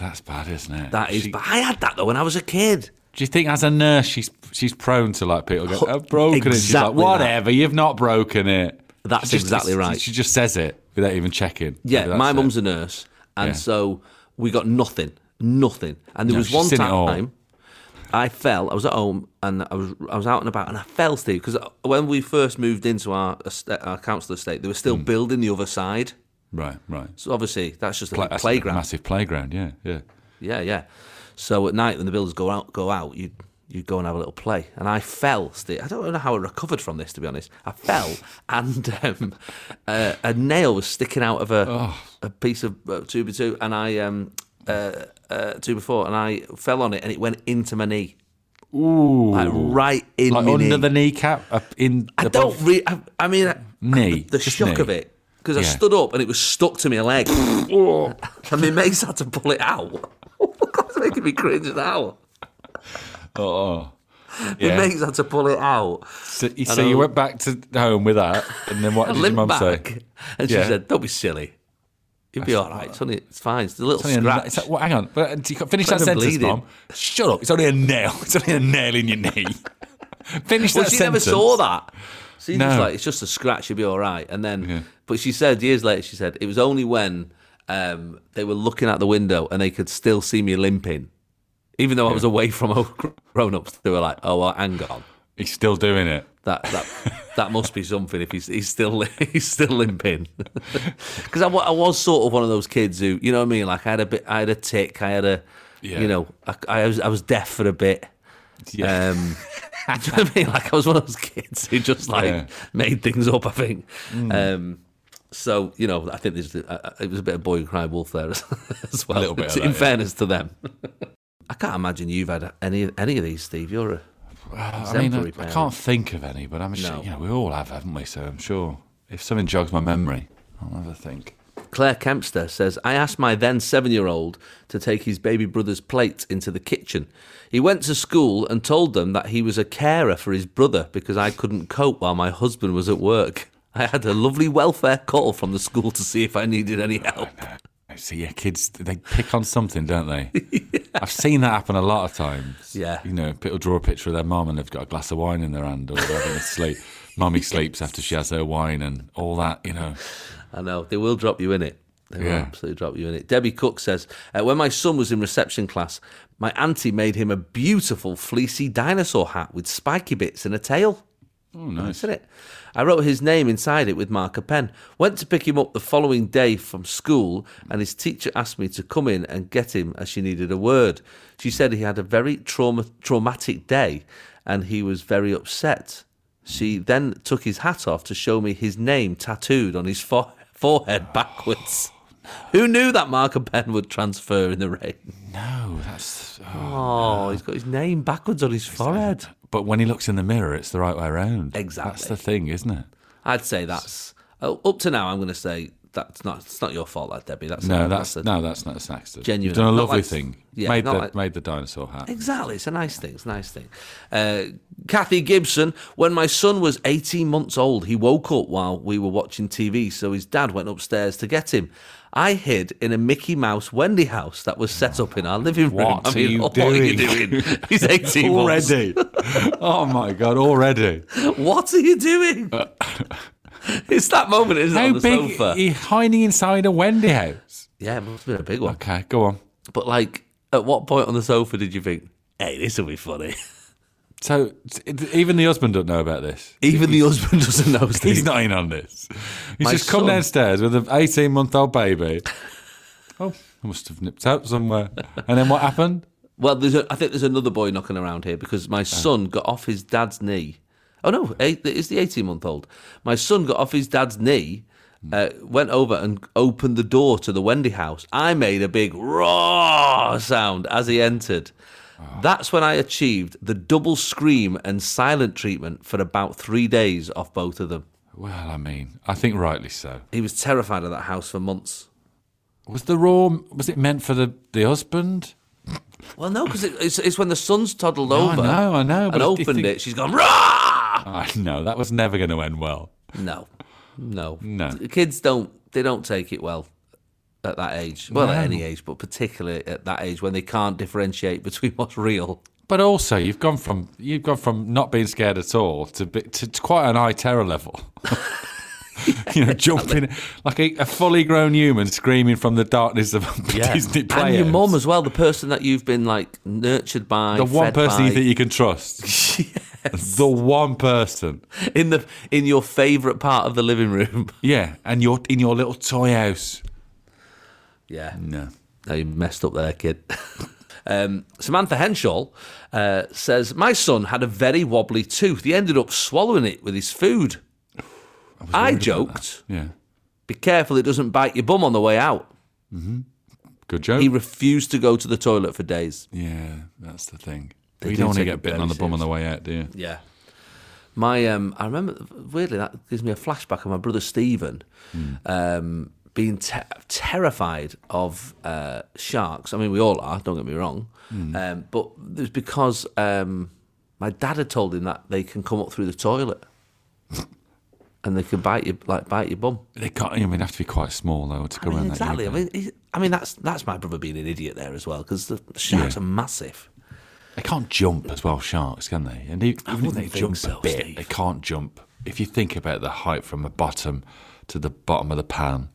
Speaker 4: That's bad, isn't it?
Speaker 3: That is
Speaker 4: She-
Speaker 3: bad. I had that though when I was a kid.
Speaker 4: Do you think as a nurse she's she's prone to like people go, I've broken it? She's like,
Speaker 3: Exactly
Speaker 4: whatever, you've not broken it.
Speaker 3: That's
Speaker 4: She just-
Speaker 3: exactly right.
Speaker 4: She just says it without even checking.
Speaker 3: Yeah,
Speaker 4: Maybe
Speaker 3: my
Speaker 4: that's
Speaker 3: mum's
Speaker 4: it.
Speaker 3: a nurse, and
Speaker 4: Yeah.
Speaker 3: so we got nothing, nothing. And there
Speaker 4: No,
Speaker 3: was
Speaker 4: she's
Speaker 3: one
Speaker 4: seen it all.
Speaker 3: time I fell. I was at home and I was I was out and about, and I fell, Steve, because when we first moved into our est- our council estate, they were
Speaker 4: Hmm.
Speaker 3: still building the other side.
Speaker 4: right, right.
Speaker 3: So obviously that's just a big
Speaker 4: That's a
Speaker 3: playground.
Speaker 4: massive playground. Yeah, yeah.
Speaker 3: Yeah, yeah. So at night when the builders go out, go out, you you go and have a little play. And I fell. Steve. I don't know how I recovered from this, to be honest. I fell, [laughs] and um, uh, a nail was sticking out of a
Speaker 4: Oh.
Speaker 3: a piece of uh, two by two, and I um uh, uh, two by four, and I fell on it, and it went into my knee,
Speaker 4: Ooh,
Speaker 3: like right in
Speaker 4: like
Speaker 3: my knee.
Speaker 4: under the kneecap, up in.
Speaker 3: I
Speaker 4: above-
Speaker 3: don't really. I, I mean, I-
Speaker 4: Knee,
Speaker 3: The
Speaker 4: just
Speaker 3: shock
Speaker 4: knee.
Speaker 3: of it because I
Speaker 4: Yeah.
Speaker 3: stood up and it was stuck to my
Speaker 4: [laughs]
Speaker 3: leg, and my mates had to pull it out. [laughs] it's making me cringe now.
Speaker 4: Oh, oh.
Speaker 3: My
Speaker 4: Yeah.
Speaker 3: mates had to pull it out.
Speaker 4: So, you- so you went back to home with that, and then what
Speaker 3: I
Speaker 4: did your
Speaker 3: limped
Speaker 4: mum say?
Speaker 3: back, and she
Speaker 4: Yeah.
Speaker 3: said, "Don't be silly. You'll be all right. It's only it's fine. It's a little
Speaker 4: It's only a na-
Speaker 3: scratch."
Speaker 4: it's like, well, hang on, but uh, do you- finish
Speaker 3: Let
Speaker 4: that
Speaker 3: them
Speaker 4: sentence,
Speaker 3: bleed in.
Speaker 4: mum. Shut up! It's only a nail. [laughs] It's only a nail in your knee. [laughs] finish
Speaker 3: well,
Speaker 4: that
Speaker 3: she never
Speaker 4: sentence.
Speaker 3: saw that. She was
Speaker 4: No.
Speaker 3: like, "It's just a scratch. You'll be all right." And then,
Speaker 4: Yeah.
Speaker 3: but she said years later, she said it was only when um, they were looking out the window and they could still see me limping, even though I was away from [laughs] all grown-ups. They were like, "Oh, well, hang on."
Speaker 4: He's still doing it.
Speaker 3: That that that must be something if he's he's still [laughs] he's still limping. [laughs] Because I, wa- I was sort of one of those kids who you know what I mean. Like I had a bit, I had a tick, I had a,
Speaker 4: Yeah.
Speaker 3: you know, I, I was I was deaf for a bit. Um, [laughs] do you know what I mean? Like I was one of those kids who just like
Speaker 4: Yeah. Hmm.
Speaker 3: made things up. I think. Um, so you know, I think there's uh, it was a bit of boy who cried wolf there as, [laughs] as well.
Speaker 4: little bit of
Speaker 3: in
Speaker 4: that, yeah.
Speaker 3: fairness to them, [laughs] I can't imagine you've had any any of these, Steve. You're a
Speaker 4: I mean,
Speaker 3: exemplary
Speaker 4: I, I
Speaker 3: parent.
Speaker 4: can't think of any, but I'm sure
Speaker 3: No.
Speaker 4: you know we all have, haven't we? So I'm sure if something jogs my memory, I'll have a think.
Speaker 3: Claire Kempster says, I asked my then seven year old to take his baby brother's plate into the kitchen. He went to school and told them that he was a carer for his brother because I couldn't cope while my husband was at work. I had a lovely welfare call from the school to see if I needed any help.
Speaker 4: I See, yeah, kids, they pick on something, don't
Speaker 3: [laughs]
Speaker 4: they? I've seen that happen a lot of times.
Speaker 3: Yeah.
Speaker 4: You know, people draw a picture of their mum and they've got a glass of wine in their hand or they're having a sleep.
Speaker 3: [laughs]
Speaker 4: Mummy sleeps after she has her wine and all that, you know.
Speaker 3: I know they will drop you in it. They will
Speaker 4: Yeah.
Speaker 3: absolutely drop you in it. Debbie Cook says, uh, when my son was in reception class, my auntie made him a beautiful fleecy dinosaur hat with spiky bits and a tail. Oh, nice. Isn't it? I wrote his name inside it with marker pen. Went to pick him up the following day from school, and his teacher asked me to come in and get him as she needed a word. She said he had a very trauma- traumatic day and he was very upset. She then took his hat off to show me his name tattooed on his fore- forehead backwards. Who knew that marker pen would transfer in the rain?
Speaker 4: No, that's. oh.
Speaker 3: Oh, he's got his name backwards on his forehead.
Speaker 4: But when he looks in the mirror, it's the right way around. That's
Speaker 3: Exactly.
Speaker 4: the thing, isn't it?
Speaker 3: I'd say that's oh, up to now. I'm going to say that's not. It's not your fault, that Debbie. That's
Speaker 4: No, that's
Speaker 3: a-
Speaker 4: no, that's not a accident.
Speaker 3: Genuine.
Speaker 4: You've done a
Speaker 3: Not
Speaker 4: lovely
Speaker 3: like-
Speaker 4: thing.
Speaker 3: yeah,
Speaker 4: made the
Speaker 3: not like-
Speaker 4: made the dinosaur hat.
Speaker 3: Exactly, it's a nice thing. It's a nice thing. Uh, Kathy Gibson. When my son was 18 months old, he woke up while we were watching TV, so his dad went upstairs to get him. I hid in a Mickey Mouse Wendy house that was set up in our living room.
Speaker 4: What
Speaker 3: I
Speaker 4: are
Speaker 3: mean,
Speaker 4: you
Speaker 3: what are you doing? He's 18 months.
Speaker 4: Already. [laughs] oh my god, already.
Speaker 3: What are you doing? [laughs] it's that moment, isn't it?
Speaker 4: Uh, How
Speaker 3: On the
Speaker 4: big
Speaker 3: sofa.
Speaker 4: he hiding inside a Wendy house?
Speaker 3: yeah, it must have been a big one.
Speaker 4: Okay, go on.
Speaker 3: But like, at what point on the sofa did you think, "Hey, this will be
Speaker 4: [laughs]
Speaker 3: funny"?
Speaker 4: So t- it- even the husband don't know about this.
Speaker 3: Even the husband doesn't know. Steve.
Speaker 4: He's not in on this. He's
Speaker 3: My
Speaker 4: just come
Speaker 3: son-
Speaker 4: downstairs with an 18 month old baby. oh, I must have nipped out somewhere. And then what happened?
Speaker 3: Well, there's a, I think there's another boy knocking around here because
Speaker 4: Ah.
Speaker 3: my son got off his dad's knee. Oh no, eight, it's the 18 month old. My son got off his dad's knee,
Speaker 4: Hmm.
Speaker 3: uh, went over and opened the door to the Wendy house. I made a big roar sound as he entered.
Speaker 4: Ah.
Speaker 3: That's when I achieved the double scream and silent treatment for about three days off both of them.
Speaker 4: Well, I mean, I think rightly so.
Speaker 3: He was terrified of that house for months.
Speaker 4: Was the raw? Was it meant for the the husband?
Speaker 3: Well, no, because it, it's, it's when the son's toddled
Speaker 4: No, I
Speaker 3: over.
Speaker 4: know, I know,
Speaker 3: And
Speaker 4: but I did
Speaker 3: opened
Speaker 4: think-
Speaker 3: it. She's gone, rah!
Speaker 4: I know that was never going to end well.
Speaker 3: No, no,
Speaker 4: No.
Speaker 3: The Kids don't. They don't take it well at that age. Well, at any age, but particularly at that age when they can't differentiate between what's real.
Speaker 4: But also, you've gone from you've gone from not being scared at all to bi- to, to quite an high terror level. [laughs] you know, jumping like a, a fully grown human screaming from the darkness of a [laughs] Disney
Speaker 3: and
Speaker 4: Playhouse.
Speaker 3: your mum as well, the person that you've been like nurtured by,
Speaker 4: the one
Speaker 3: fed
Speaker 4: person you
Speaker 3: by.
Speaker 4: think you can trust.
Speaker 3: [laughs]
Speaker 4: The one person.
Speaker 3: in the in your favourite part of the living
Speaker 4: [laughs]
Speaker 3: room.
Speaker 4: Yeah, and you're in your little toy house.
Speaker 3: yeah,
Speaker 4: No.
Speaker 3: No, you messed up there, kid. [laughs] um, Samantha Henshaw uh, says, My son had a very wobbly tooth. He ended up swallowing it with his food. I, joked,
Speaker 4: Yeah.
Speaker 3: Be careful it doesn't bite your bum on the way out.
Speaker 4: Good joke.
Speaker 3: He refused to go to the toilet for days.
Speaker 4: yeah, that's the thing.
Speaker 3: They
Speaker 4: you
Speaker 3: do
Speaker 4: don't want to
Speaker 3: take
Speaker 4: get
Speaker 3: it
Speaker 4: bitten
Speaker 3: very
Speaker 4: on the bum on the way out, do you?
Speaker 3: Yeah. My, um, I remember weirdly that gives me a flashback of my brother Stephen
Speaker 4: Hmm.
Speaker 3: um, being te- terrified of uh, sharks. I mean, we all are. Don't get me wrong,
Speaker 4: Hmm.
Speaker 3: um, but it was because um, my dad had told him that they can come up through the
Speaker 4: [laughs]
Speaker 3: toilet and they can bite you, like bite your bum.
Speaker 4: They can't. I mean, they have to be quite small though to go
Speaker 3: I
Speaker 4: around
Speaker 3: mean,
Speaker 4: that
Speaker 3: exactly. I
Speaker 4: area.
Speaker 3: mean, he- I mean that's that's my brother being an idiot there as well because the sharks
Speaker 4: Yeah.
Speaker 3: are massive. [laughs]
Speaker 4: They can't jump as well, sharks, can they? And e- even if
Speaker 3: wouldn't
Speaker 4: they
Speaker 3: think
Speaker 4: jump
Speaker 3: so,
Speaker 4: a bit,
Speaker 3: Steve.
Speaker 4: they can't jump. If you think about the height from the bottom to the bottom of the pan,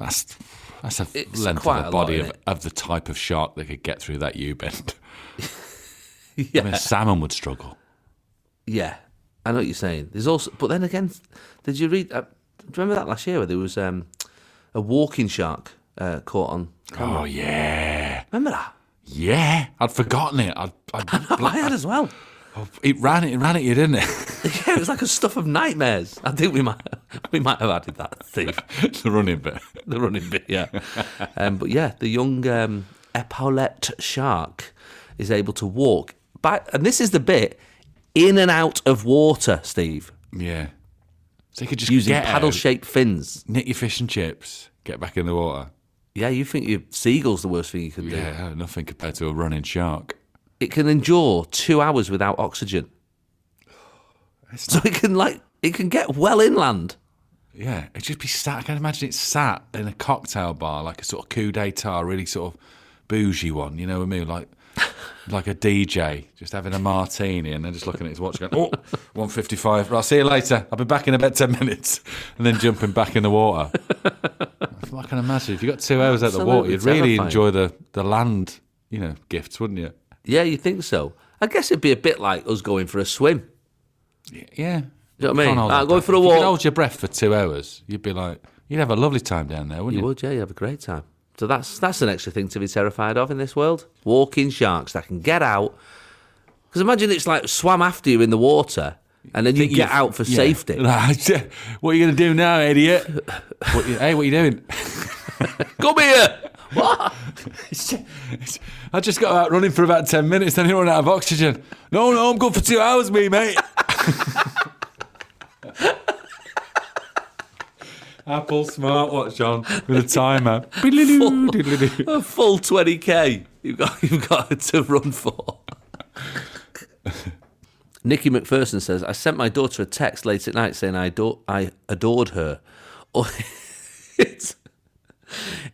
Speaker 4: that's that's a
Speaker 3: It's
Speaker 4: length
Speaker 3: quite
Speaker 4: of
Speaker 3: a
Speaker 4: the
Speaker 3: lot,
Speaker 4: body
Speaker 3: isn't
Speaker 4: of,
Speaker 3: it?
Speaker 4: of the type of shark that could get through that U bend.
Speaker 3: Yeah,
Speaker 4: I mean, salmon would struggle.
Speaker 3: Yeah, I know what you're saying. There's also, but then again, did you read? Uh, do you remember that last year where there was um, a walking shark uh, caught on?
Speaker 4: Oh yeah,
Speaker 3: Remember that?
Speaker 4: yeah. I'd forgotten it. I'd, I'd,
Speaker 3: [laughs] I had as well. [laughs]
Speaker 4: it ran it ran at you, didn't it? [laughs]
Speaker 3: Yeah, it was like a stuff of nightmares. I think we might [laughs] we might have added that, Steve. [laughs]
Speaker 4: the running bit.
Speaker 3: The running bit, yeah. Um, but yeah, the young um, epaulette shark is able to walk back, and this is the bit in and out of water, Steve,
Speaker 4: Yeah. So you could just
Speaker 3: using
Speaker 4: get out,
Speaker 3: paddle-shaped fins.
Speaker 4: nick your fish and chips, get back in the water.
Speaker 3: Yeah, you think your seagull's the worst thing you can do?
Speaker 4: Yeah, nothing compared to a running shark.
Speaker 3: it can endure two hours without oxygen. So it can like it can get well inland.
Speaker 4: Yeah, it'd just be sat. I can imagine it sat in a cocktail bar, like a sort of coup d'etat, really sort of bougie one. You know what I mean? [laughs] Like, like a DJ just having a martini and then just looking at his watch, going, "Oh, 155. Right, I'll see you later. I'll be back in about ten minutes," and then jumping back in the [laughs] water. I can imagine if you got two hours out of the
Speaker 3: Absolutely
Speaker 4: water, you'd really
Speaker 3: terrifying.
Speaker 4: enjoy the the land, you know, gifts, wouldn't you?
Speaker 3: Yeah, you think so? I guess it'd be a bit like us going for a swim.
Speaker 4: Yeah.
Speaker 3: Do you know what I mean?
Speaker 4: Can't hold
Speaker 3: Ah,
Speaker 4: your
Speaker 3: go
Speaker 4: breath.
Speaker 3: for a
Speaker 4: If you could
Speaker 3: walk.
Speaker 4: hold your breath for two hours, you'd be like, you'd have a lovely time down there, wouldn't
Speaker 3: You
Speaker 4: you?
Speaker 3: would, yeah, you have a great time. So that's that's an extra thing to be terrified of in this world. Walking sharks that can get out. Because imagine it's like swam after you in the water, and then you
Speaker 4: Think
Speaker 3: get
Speaker 4: you've-
Speaker 3: out for
Speaker 4: yeah. [laughs]
Speaker 3: safety.
Speaker 4: what are you going to do now, idiot? what you, hey, what are you doing? [laughs]
Speaker 3: Come here. What?
Speaker 4: I just got out running for about 10 minutes, then I run out of oxygen. No, no, I'm good for two hours, me, mate. [laughs] Apple smartwatch on with a
Speaker 3: [laughs]
Speaker 4: timer. Be-loo-loo, diddly-doo.
Speaker 3: A full twenty k. You've got [laughs] you've got to run for. Nikki McPherson says, "I sent my daughter a text late at night saying I adore, I adored her. [laughs] Oh, it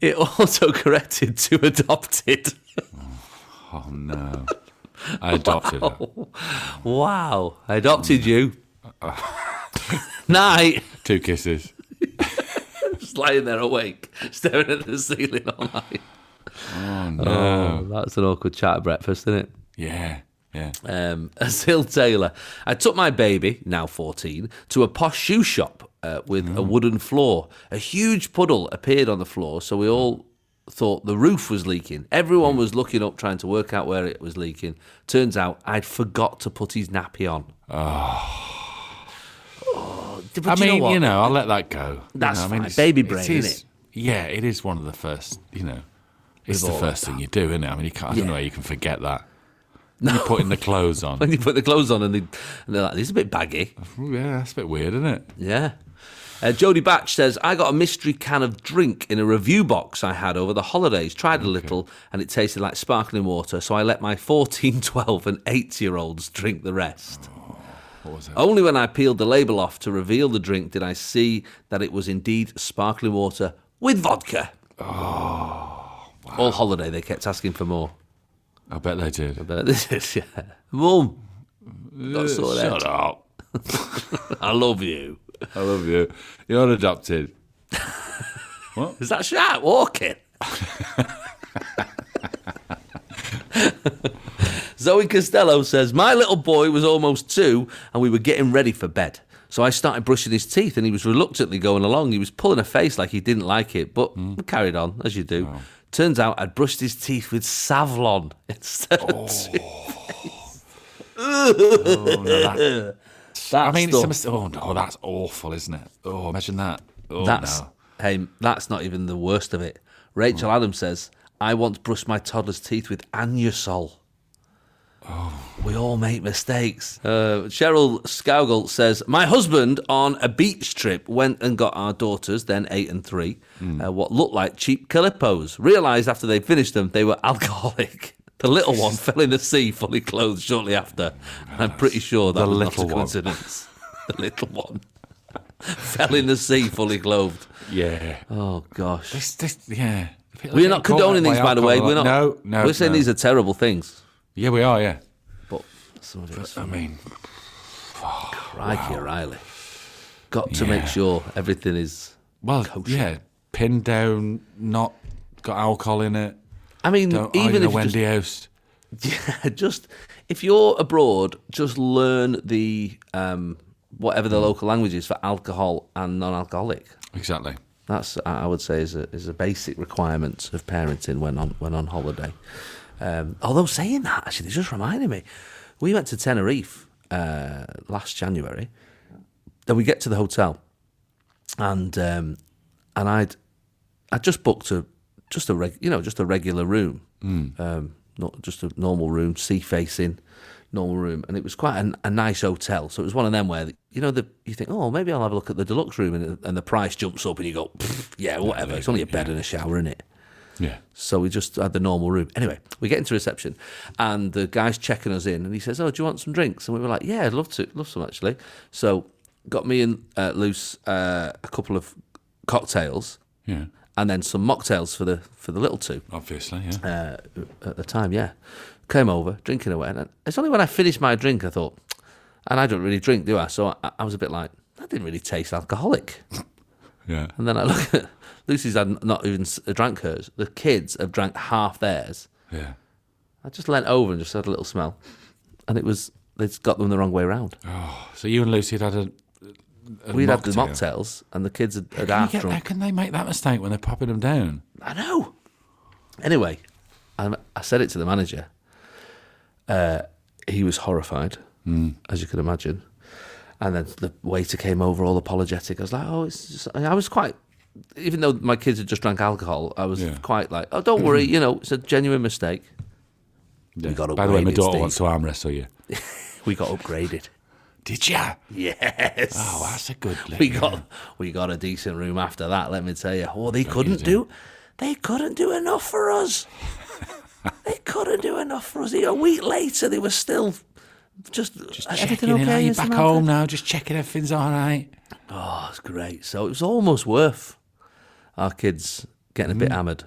Speaker 3: it auto [laughs] corrected to adopted.
Speaker 4: oh, no. I adopted her.
Speaker 3: Oh. Wow, I adopted
Speaker 4: [laughs]
Speaker 3: you. Night.
Speaker 4: Two kisses.
Speaker 3: Just lying there awake, staring at the ceiling all night.
Speaker 4: Oh, no.
Speaker 3: Oh, that's an awkward chat at breakfast, isn't it?
Speaker 4: Yeah, yeah.
Speaker 3: Um, [laughs] Azil Taylor. I took my baby, now 14, to a posh shoe shop uh, with
Speaker 4: Mm.
Speaker 3: a wooden floor. A huge puddle appeared on the floor, so we all thought the roof was leaking.
Speaker 4: Mm.
Speaker 3: Everyone was looking up, trying to work out where it was leaking. Turns out I'd forgot to put his nappy on. Oh. but
Speaker 4: Ah. I
Speaker 3: do
Speaker 4: mean,
Speaker 3: you know, what?
Speaker 4: I'll let that go. You
Speaker 3: That's
Speaker 4: know, I mean,
Speaker 3: fine.
Speaker 4: it's-
Speaker 3: Baby brain,
Speaker 4: it is,
Speaker 3: innit?
Speaker 4: Yeah, it is one of the first. You know, it's
Speaker 3: We've
Speaker 4: the
Speaker 3: all
Speaker 4: first thing you do, isn't it? I mean, you can't, I don't know
Speaker 3: Yeah.
Speaker 4: how you can
Speaker 3: [laughs]
Speaker 4: forget that. You're putting the clothes
Speaker 3: [laughs]
Speaker 4: on.
Speaker 3: when you put the clothes on and, they, and they're like, this is a bit baggy.
Speaker 4: [laughs] Ooh, yeah, that's a bit weird, isn't it?
Speaker 3: Yeah. Uh, Jody Batch says, I got a mystery can of drink in a review box I had over the holidays. Tried a little and it tasted like sparkling water, so I let my [laughs] 14, 12, and 8 year olds drink the rest.
Speaker 4: Oh, What was it?
Speaker 3: Only when I peeled the label off to reveal the drink did I see that it was indeed sparkling water with vodka. Oh, All holiday, they kept asking for more.
Speaker 4: I bet they did.
Speaker 3: But [laughs] this is, yeah. Mum, got
Speaker 4: Uh,
Speaker 3: sorted
Speaker 4: Shut
Speaker 3: out.
Speaker 4: up!
Speaker 3: I love you.
Speaker 4: I love you. You're adopted.
Speaker 3: Is that shark walking? [laughs] Zoe Costello says, My little boy was almost two and we were getting ready for bed. So I started brushing his teeth and he was reluctantly going along. He was pulling a face like he didn't like it, but we carried on, as you do. Turns out I'd brushed his teeth with Savlon [laughs] instead of [laughs] that
Speaker 4: I mean, it's
Speaker 3: stuff-
Speaker 4: a mis- oh no, that's awful, isn't it? Oh, imagine that. Oh
Speaker 3: That's
Speaker 4: no. Hmm.
Speaker 3: hey, that's not even the worst of it. Rachel Adams says, "I once brushed my toddler's teeth with anusol." We all make mistakes. Uh, Cheryl Scougall says, My husband on a beach trip went and got our daughters, then eight and three,
Speaker 4: Hmm.
Speaker 3: uh, what looked like cheap calippos. Realised after they finished them, they were [laughs] alcoholic. The little one fell in the sea fully clothed shortly after. And I'm pretty sure that
Speaker 4: The
Speaker 3: was
Speaker 4: little
Speaker 3: not a
Speaker 4: one.
Speaker 3: coincidence. [laughs] the little one [laughs] fell in the sea fully clothed.
Speaker 4: Yeah.
Speaker 3: Oh gosh.
Speaker 4: This, this, yeah.
Speaker 3: We're not condoning these, by the way. We're not.
Speaker 4: No, no.
Speaker 3: We're saying
Speaker 4: no.
Speaker 3: these are terrible things.
Speaker 4: Yeah, we are. Yeah.
Speaker 3: But some of it's
Speaker 4: I mean,
Speaker 3: crikey, O'Reilly. Got to
Speaker 4: Yeah.
Speaker 3: make sure everything is.
Speaker 4: Well, yeah, pinned down, not got alcohol in it.
Speaker 3: I mean,
Speaker 4: Don't
Speaker 3: even
Speaker 4: even
Speaker 3: if
Speaker 4: Wendy House.
Speaker 3: just, [laughs] just if you're abroad, just learn the um, whatever
Speaker 4: Hmm.
Speaker 3: the local language is for alcohol and non-alcoholic.
Speaker 4: Exactly.
Speaker 3: That's I I would say is a is a basic requirement of parenting when on when on holiday. Um, although saying that, actually, it just reminded me, we went to Tenerife uh, last January. Then we get to the hotel, and um, and I'd I just booked a just a reg, you know just a regular room, um, not just a normal room, sea facing, normal room, and it was quite a, a nice hotel. So it was one of them where you know the you think oh maybe I'll have a look at the deluxe room and, and the price jumps up and you go "Pfft, yeah whatever it's only a bed and a shower in it.
Speaker 4: Yeah.
Speaker 3: So we just had the normal room. Anyway, we get into reception, and the guy's checking us in, and he says, "Oh, do you want some drinks?" And we were like, "Yeah, I'd love to, love some actually." So got me and uh, Luce uh, a couple of cocktails,
Speaker 4: Yeah.
Speaker 3: and then some mocktails for the for the little two
Speaker 4: Obviously. Yeah.
Speaker 3: uh, at the time. Yeah, came over drinking away, and it's only when I finished my drink I thought, and I don't really drink, do I? So I, I was a bit like, that didn't really taste alcoholic.
Speaker 4: yeah.
Speaker 3: And then I look at Lucy's had not even s- uh, drank hers. The kids have drank half theirs.
Speaker 4: Yeah.
Speaker 3: I just leant over and just had a little smell, and it was they'd got them the wrong way around.
Speaker 4: Uh, So you and Lucy had had a. a
Speaker 3: We'd had the
Speaker 4: mocktail.
Speaker 3: mocktails, and the kids had, had
Speaker 4: How
Speaker 3: half
Speaker 4: can, you get, how
Speaker 3: drunk.
Speaker 4: can they make that mistake when they're popping them down?
Speaker 3: I know. Anyway, and I said it to the manager. Uh, he was horrified,
Speaker 4: Hmm.
Speaker 3: as you can imagine. And then the waiter came over all apologetic. I was like, oh, it's just, I was quite, even though my kids had just drank alcohol, I was
Speaker 4: Yeah.
Speaker 3: quite like, oh, don't worry, you know, it's a genuine mistake.
Speaker 4: Yeah.
Speaker 3: got
Speaker 4: By the way, my
Speaker 3: upgraded,
Speaker 4: daughter
Speaker 3: Steve.
Speaker 4: wants to arm wrestle you.
Speaker 3: We got upgraded. [laughs]
Speaker 4: Did ya?
Speaker 3: Yes.
Speaker 4: Oh, that's a good.
Speaker 3: we
Speaker 4: lick.
Speaker 3: got we got a decent room after that. Let me tell you, oh, they couldn't do, they couldn't do enough for
Speaker 4: [laughs]
Speaker 3: us. they couldn't do enough for us. A week later, they were still just, uh,
Speaker 4: Just
Speaker 3: everything
Speaker 4: checking in.
Speaker 3: okay.
Speaker 4: Are you
Speaker 3: Mr.
Speaker 4: back
Speaker 3: Manford?"
Speaker 4: home now? Just checking everything's all right.
Speaker 3: Oh, it's great. So it was almost worth our kids getting a
Speaker 4: Mm.
Speaker 3: bit hammered.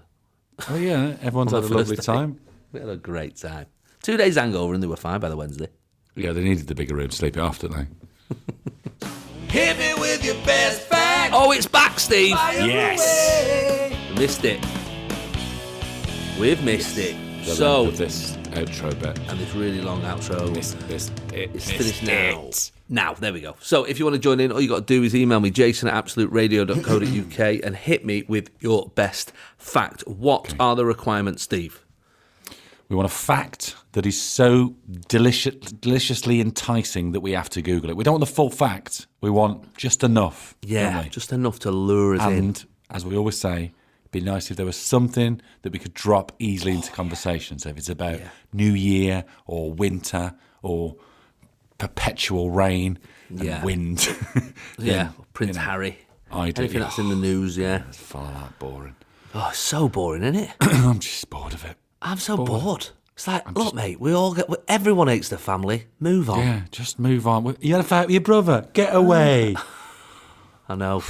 Speaker 3: [laughs]
Speaker 4: Oh yeah, everyone's
Speaker 3: On
Speaker 4: had
Speaker 3: the
Speaker 4: a lovely
Speaker 3: first day.
Speaker 4: time.
Speaker 3: We had a great time. Two days hangover, and they were fine by the Wednesday.
Speaker 4: Yeah, they needed the bigger room to sleep it off, didn't they?
Speaker 7: Hit me with your best fact.
Speaker 3: Oh, it's back, Steve.
Speaker 4: Yes.
Speaker 3: Missed it. We've missed it.
Speaker 4: The
Speaker 3: So,
Speaker 4: length of this outro bit.
Speaker 3: and this really long outro.
Speaker 4: This, this, it,
Speaker 3: It's
Speaker 4: this,
Speaker 3: finished now.
Speaker 4: it.
Speaker 3: Now, there we go. So if you want to join in, all you got to do is email me, jason at
Speaker 4: [coughs]
Speaker 3: absoluteradio.co.uk, and hit me with your best fact. What are the requirements, Steve?
Speaker 4: We want a fact that is so delicious, deliciously enticing that we have to Google it. We don't want the full fact. We want just enough. don't we?
Speaker 3: Just enough to lure us in.
Speaker 4: and as we always say, it'd be nice if there was something that we could drop easily into conversation. So if it's about New Year or winter or perpetual rain and
Speaker 3: Yeah.
Speaker 4: wind, [laughs] then,
Speaker 3: Yeah. Prince
Speaker 4: you know,
Speaker 3: Harry.
Speaker 4: I do.
Speaker 3: Anything that's in the news, yeah.
Speaker 4: Follow
Speaker 3: [clears throat]
Speaker 4: that boring.
Speaker 3: Oh, it's so boring, isn't it?
Speaker 4: [coughs] I'm just bored of it.
Speaker 3: I'm so bored. It's like, look, mate, we all get, everyone hates their family. Move on.
Speaker 4: Yeah, just move on. You had a fight with your brother. Get
Speaker 3: [laughs]
Speaker 4: away.
Speaker 3: I know.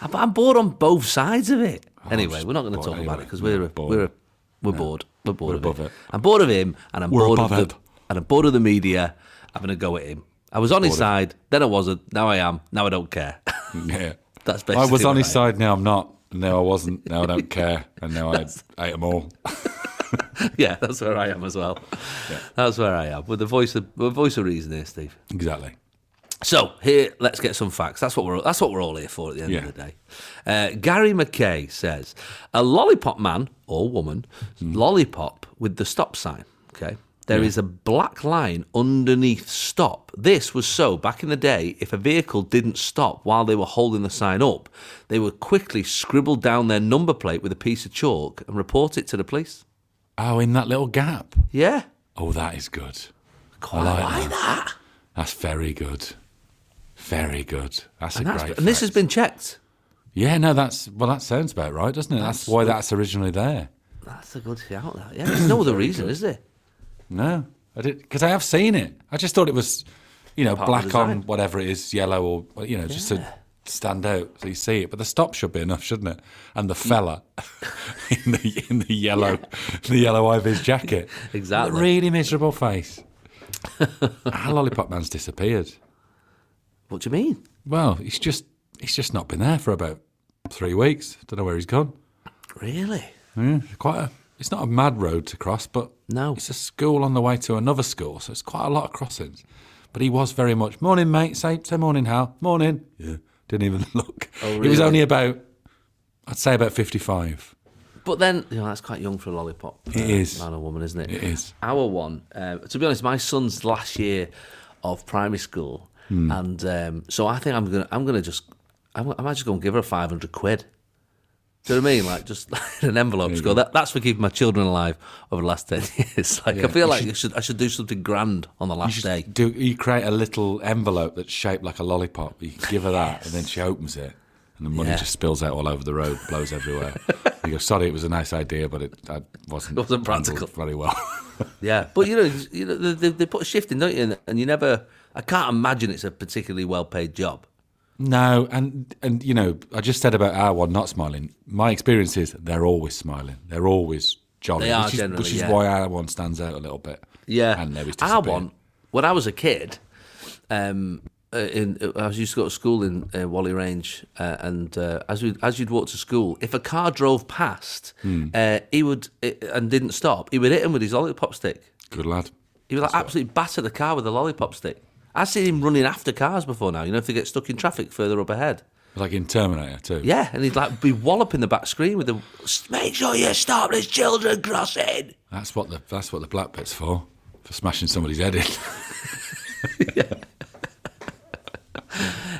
Speaker 3: I- But I'm bored on both sides of it. anyway,
Speaker 4: Oh, just
Speaker 3: we're not going to
Speaker 4: bored
Speaker 3: talk about
Speaker 4: anyway.
Speaker 3: it because we're
Speaker 4: Bored.
Speaker 3: we're we're bored. We're bored.
Speaker 4: We're
Speaker 3: of
Speaker 4: above
Speaker 3: it.
Speaker 4: it.
Speaker 3: I'm bored of him, and I'm
Speaker 4: We're
Speaker 3: bored of
Speaker 4: above
Speaker 3: the
Speaker 4: it.
Speaker 3: and I'm bored of the media having a go at him. I was on his side, then I wasn't. Now I am. Now I don't care. [laughs]
Speaker 4: yeah.
Speaker 3: That's
Speaker 4: I
Speaker 3: basically.
Speaker 4: was
Speaker 3: what
Speaker 4: on his
Speaker 3: I-
Speaker 4: side. Now I'm not. Now I wasn't. Now
Speaker 3: [laughs]
Speaker 4: I don't care. And now I ate them all.
Speaker 3: [laughs] Yeah, that's where I am as well. That's where I am with the voice of with voice of reason here, Steve.
Speaker 4: exactly.
Speaker 3: So here, let's get some facts. That's what we're that's what we're all here for at the end
Speaker 4: Yeah.
Speaker 3: of the day. Uh, Gary McKay says a lollipop man or woman
Speaker 4: Mm-hmm.
Speaker 3: lollipop with the stop sign. Okay, there is a black line underneath stop. This was so back in the day. If a vehicle didn't stop while they were holding the sign up, they would quickly scribble down their number plate with a piece of chalk and report it to the police.
Speaker 4: Oh, in that little gap.
Speaker 3: Yeah,
Speaker 4: Oh, that is good.
Speaker 3: quite
Speaker 4: like
Speaker 3: like that.
Speaker 4: That's very good. Very good. That's
Speaker 3: And,
Speaker 4: a
Speaker 3: that's,
Speaker 4: great.
Speaker 3: and this has
Speaker 4: fact.
Speaker 3: been checked.
Speaker 4: Yeah, no, that's well, that sounds about right, doesn't it? That's,
Speaker 3: That's
Speaker 4: why that's originally there.
Speaker 3: That's a good shout. That yeah, there's no other reason, is there?
Speaker 4: No, I did because I have seen it. I just thought it was, you know,
Speaker 3: Part of the
Speaker 4: black on
Speaker 3: design.
Speaker 4: whatever it is, yellow or well, you know, just to stand out so you see it. But the stop should be enough, shouldn't it? And the
Speaker 3: Mm.
Speaker 4: fella [laughs] in the in the yellow, the yellow eye of his jacket,
Speaker 3: [laughs] Exactly.
Speaker 4: With a really miserable face. [laughs] Our lollipop man's disappeared.
Speaker 3: What do you mean?
Speaker 4: Well, he's just he's just not been there for about three weeks. Don't know where he's gone.
Speaker 3: Really?
Speaker 4: Yeah, it's quite a. It's not a mad road to cross, but
Speaker 3: No.
Speaker 4: Oh. it's a school on the way to another school, so it's quite a lot of crossings. But he was very much morning, mate. Say, say morning, Hal. Morning. Yeah, didn't even [laughs] look. He was
Speaker 3: Oh, really?
Speaker 4: only about, I'd say, about fifty-five.
Speaker 3: But then, you know, that's quite young for a lollipop. uh,
Speaker 4: It is.
Speaker 3: Man or woman, isn't it?
Speaker 4: It is.
Speaker 3: Our one, uh, to be honest, my son's last year of primary school.
Speaker 4: Hmm.
Speaker 3: And um, so I think I'm going to I'm gonna just, I'm, I might just go and give her 500 quid. Do you know what I mean? Like just [laughs] in an envelope. Just go. That, that's for keeping my children alive over the last ten [laughs] years. Like I
Speaker 4: Yeah,
Speaker 3: feel
Speaker 4: you
Speaker 3: like I
Speaker 4: should-
Speaker 3: should I should do something grand on the last
Speaker 4: You
Speaker 3: day.
Speaker 4: just do. You create a little envelope that's shaped like a lollipop. You give her that, and then she opens it, and the money
Speaker 3: Yeah.
Speaker 4: just spills out all over the road, blows
Speaker 3: [laughs]
Speaker 4: everywhere. you go, sorry, it was a nice idea, but it that wasn't
Speaker 3: It wasn't
Speaker 4: handled
Speaker 3: practical."
Speaker 4: very well.
Speaker 3: Yeah, but you know, you know, they, they put a shift in, don't you? And, and you never. I can't imagine it's a particularly well-paid job.
Speaker 4: No, and and you know, I just said about our one not smiling. My experience is they're always smiling. They're always jolly.
Speaker 3: They are
Speaker 4: which is,
Speaker 3: generally,
Speaker 4: which is
Speaker 3: yeah.
Speaker 4: why our one stands out a little bit.
Speaker 3: Yeah,
Speaker 4: and now he's
Speaker 3: I
Speaker 4: disappeared.
Speaker 3: one when I was a kid. Um, uh, in uh, I was used to go to school in uh, Wally Range, uh, and uh, as we as you'd walk to school, if a car drove past, uh, he would uh, and didn't stop. He would hit him with his lollipop stick.
Speaker 4: Good lad.
Speaker 3: He was like absolutely batter the car with a lollipop stick. I've seen him running after cars before now. You know, if they get stuck in traffic further up ahead.
Speaker 4: Like in Terminator too.
Speaker 3: Yeah, and he'd like be walloping the back screen with the make sure you stop this children crossing.
Speaker 4: That's what the that's what the black bit's for. For smashing somebody's head in. [laughs]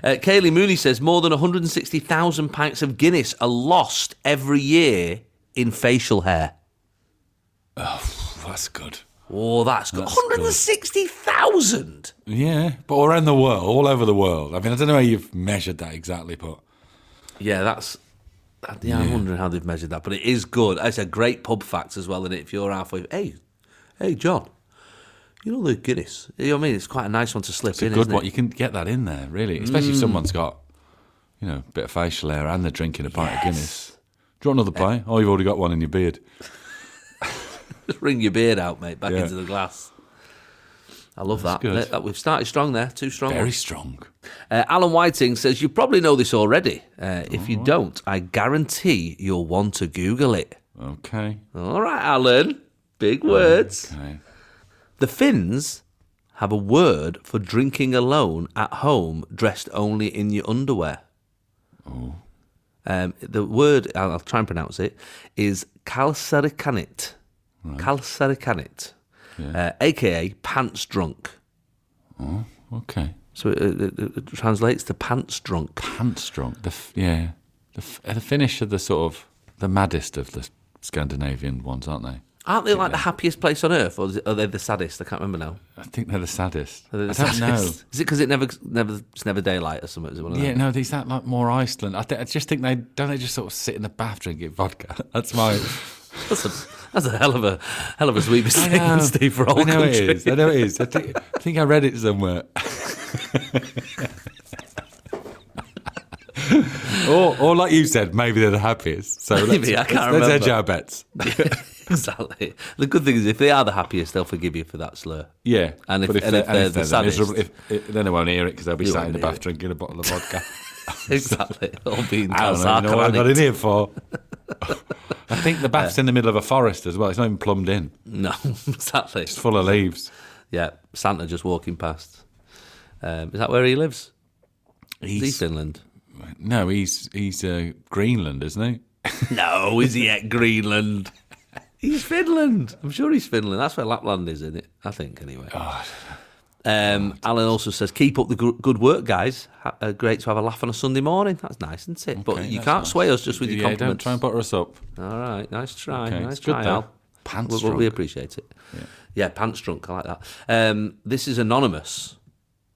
Speaker 3: Uh, Kaylee Mooney says more than 160,000 pints of Guinness are lost every year in facial hair.
Speaker 4: that's good.
Speaker 3: Oh, that's good.
Speaker 4: That's good.
Speaker 3: 160,000.
Speaker 4: Yeah, but around the world, all over the world. I mean, I don't know how you've measured that exactly, but
Speaker 3: Yeah, that's. that- Yeah, I'm wondering how they've measured that, but it is good. It's a great pub fact as well, and if you're halfway, hey, hey, John, you know the Guinness. You know what I mean? It's quite a nice one to slip
Speaker 4: it's a
Speaker 3: in.
Speaker 4: good
Speaker 3: isn't
Speaker 4: one.
Speaker 3: it? Mm.
Speaker 4: You can get that in there, really, especially if someone's got, you know, a bit of facial hair and they're drinking a pint of Guinness. Do you
Speaker 3: Eh.
Speaker 4: want another pint? Oh, you've already got one in your beard.
Speaker 3: [laughs] Just wring your beard out, mate, back
Speaker 4: Yeah.
Speaker 3: into the glass. I love that.
Speaker 4: good.
Speaker 3: That- We've started strong there, too strong.
Speaker 4: Very strong.
Speaker 3: Uh, Alan Whiting says, You probably know this already. Uh, if you don't, I guarantee you'll want to Google it.
Speaker 4: Okay.
Speaker 3: All right, Alan. Big words.
Speaker 4: Oh, Okay.
Speaker 3: The Finns have a word for drinking alone at home, dressed only in your underwear. Oh. Um, the word, I'll, I'll try and pronounce it, is kalsarikanit. Kalsarikanit, uh, aka pants drunk.
Speaker 4: oh, Okay.
Speaker 3: So it, it, it- it translates to pants drunk.
Speaker 4: Pants drunk. The f- yeah. The, f- eh, the Finnish are the sort of the maddest of the Scandinavian ones, aren't they?
Speaker 3: Aren't they like the happiest place on earth, or is it, are they the saddest? I can't remember now.
Speaker 4: I think they're the saddest.
Speaker 3: Are they the
Speaker 4: I don't know.
Speaker 3: saddest? Is it because it never, never, it's never daylight or something? Is it one of
Speaker 4: Yeah,
Speaker 3: them?
Speaker 4: no, is that like more Iceland? I, th- I just think they don't they just sort of sit in the bath drinking vodka. [laughs] That's my.
Speaker 3: [laughs] That's a, that's a hell of a hell of a sweet [laughs]
Speaker 4: I know.
Speaker 3: statement, Steve, for a whole
Speaker 4: I know
Speaker 3: country.
Speaker 4: it is. I know it is. I think, I think I read it somewhere. [laughs] or, or like you said, maybe they're the happiest. So
Speaker 3: Maybe,
Speaker 4: let's,
Speaker 3: I can't
Speaker 4: let's
Speaker 3: remember.
Speaker 4: edge our bets.
Speaker 3: [laughs] exactly. The good thing is, if they are the happiest, they'll forgive you for that
Speaker 4: [laughs]
Speaker 3: slur.
Speaker 4: Yeah,
Speaker 3: And if-
Speaker 4: but
Speaker 3: and if they're the saddest-
Speaker 4: miserable, if, if, then they won't hear it because they'll be
Speaker 3: You
Speaker 4: sat
Speaker 3: won't
Speaker 4: in the
Speaker 3: hear
Speaker 4: bath
Speaker 3: it.
Speaker 4: drinking a bottle
Speaker 3: [laughs]
Speaker 4: of vodka.
Speaker 3: Exactly. [laughs] All being
Speaker 4: I don't even know what I got
Speaker 3: sarcastic.
Speaker 4: in here for. [laughs] I think the bath's
Speaker 3: Uh,
Speaker 4: in the middle of a forest as well. It's not even plumbed in.
Speaker 3: [laughs] No, exactly.
Speaker 4: It's full of leaves.
Speaker 3: Yeah, Santa just walking past. Um, is that where he lives? Is he
Speaker 4: He's,
Speaker 3: Finland?
Speaker 4: no, he's he's uh, Greenland, isn't he?
Speaker 3: No, is he at Greenland? He's Finland. I'm sure he's Finland. That's where Lapland is, isn't it? I think, anyway. Um, Alan also says, "Keep up the gr- good work, guys. Ha- uh, great to have a laugh on a Sunday morning. That's nice, isn't it? but
Speaker 4: Okay,
Speaker 3: you
Speaker 4: that's
Speaker 3: can't
Speaker 4: nice.
Speaker 3: sway us just with your
Speaker 4: yeah, Don't
Speaker 3: compliments.
Speaker 4: try and butter us up.
Speaker 3: All right, nice try,
Speaker 4: Okay,
Speaker 3: nice
Speaker 4: it's good
Speaker 3: try,
Speaker 4: though.
Speaker 3: Al.
Speaker 4: Pants
Speaker 3: we, we- we
Speaker 4: drunk.
Speaker 3: appreciate it. Yeah. pants drunk. I like that. Um, this is anonymous.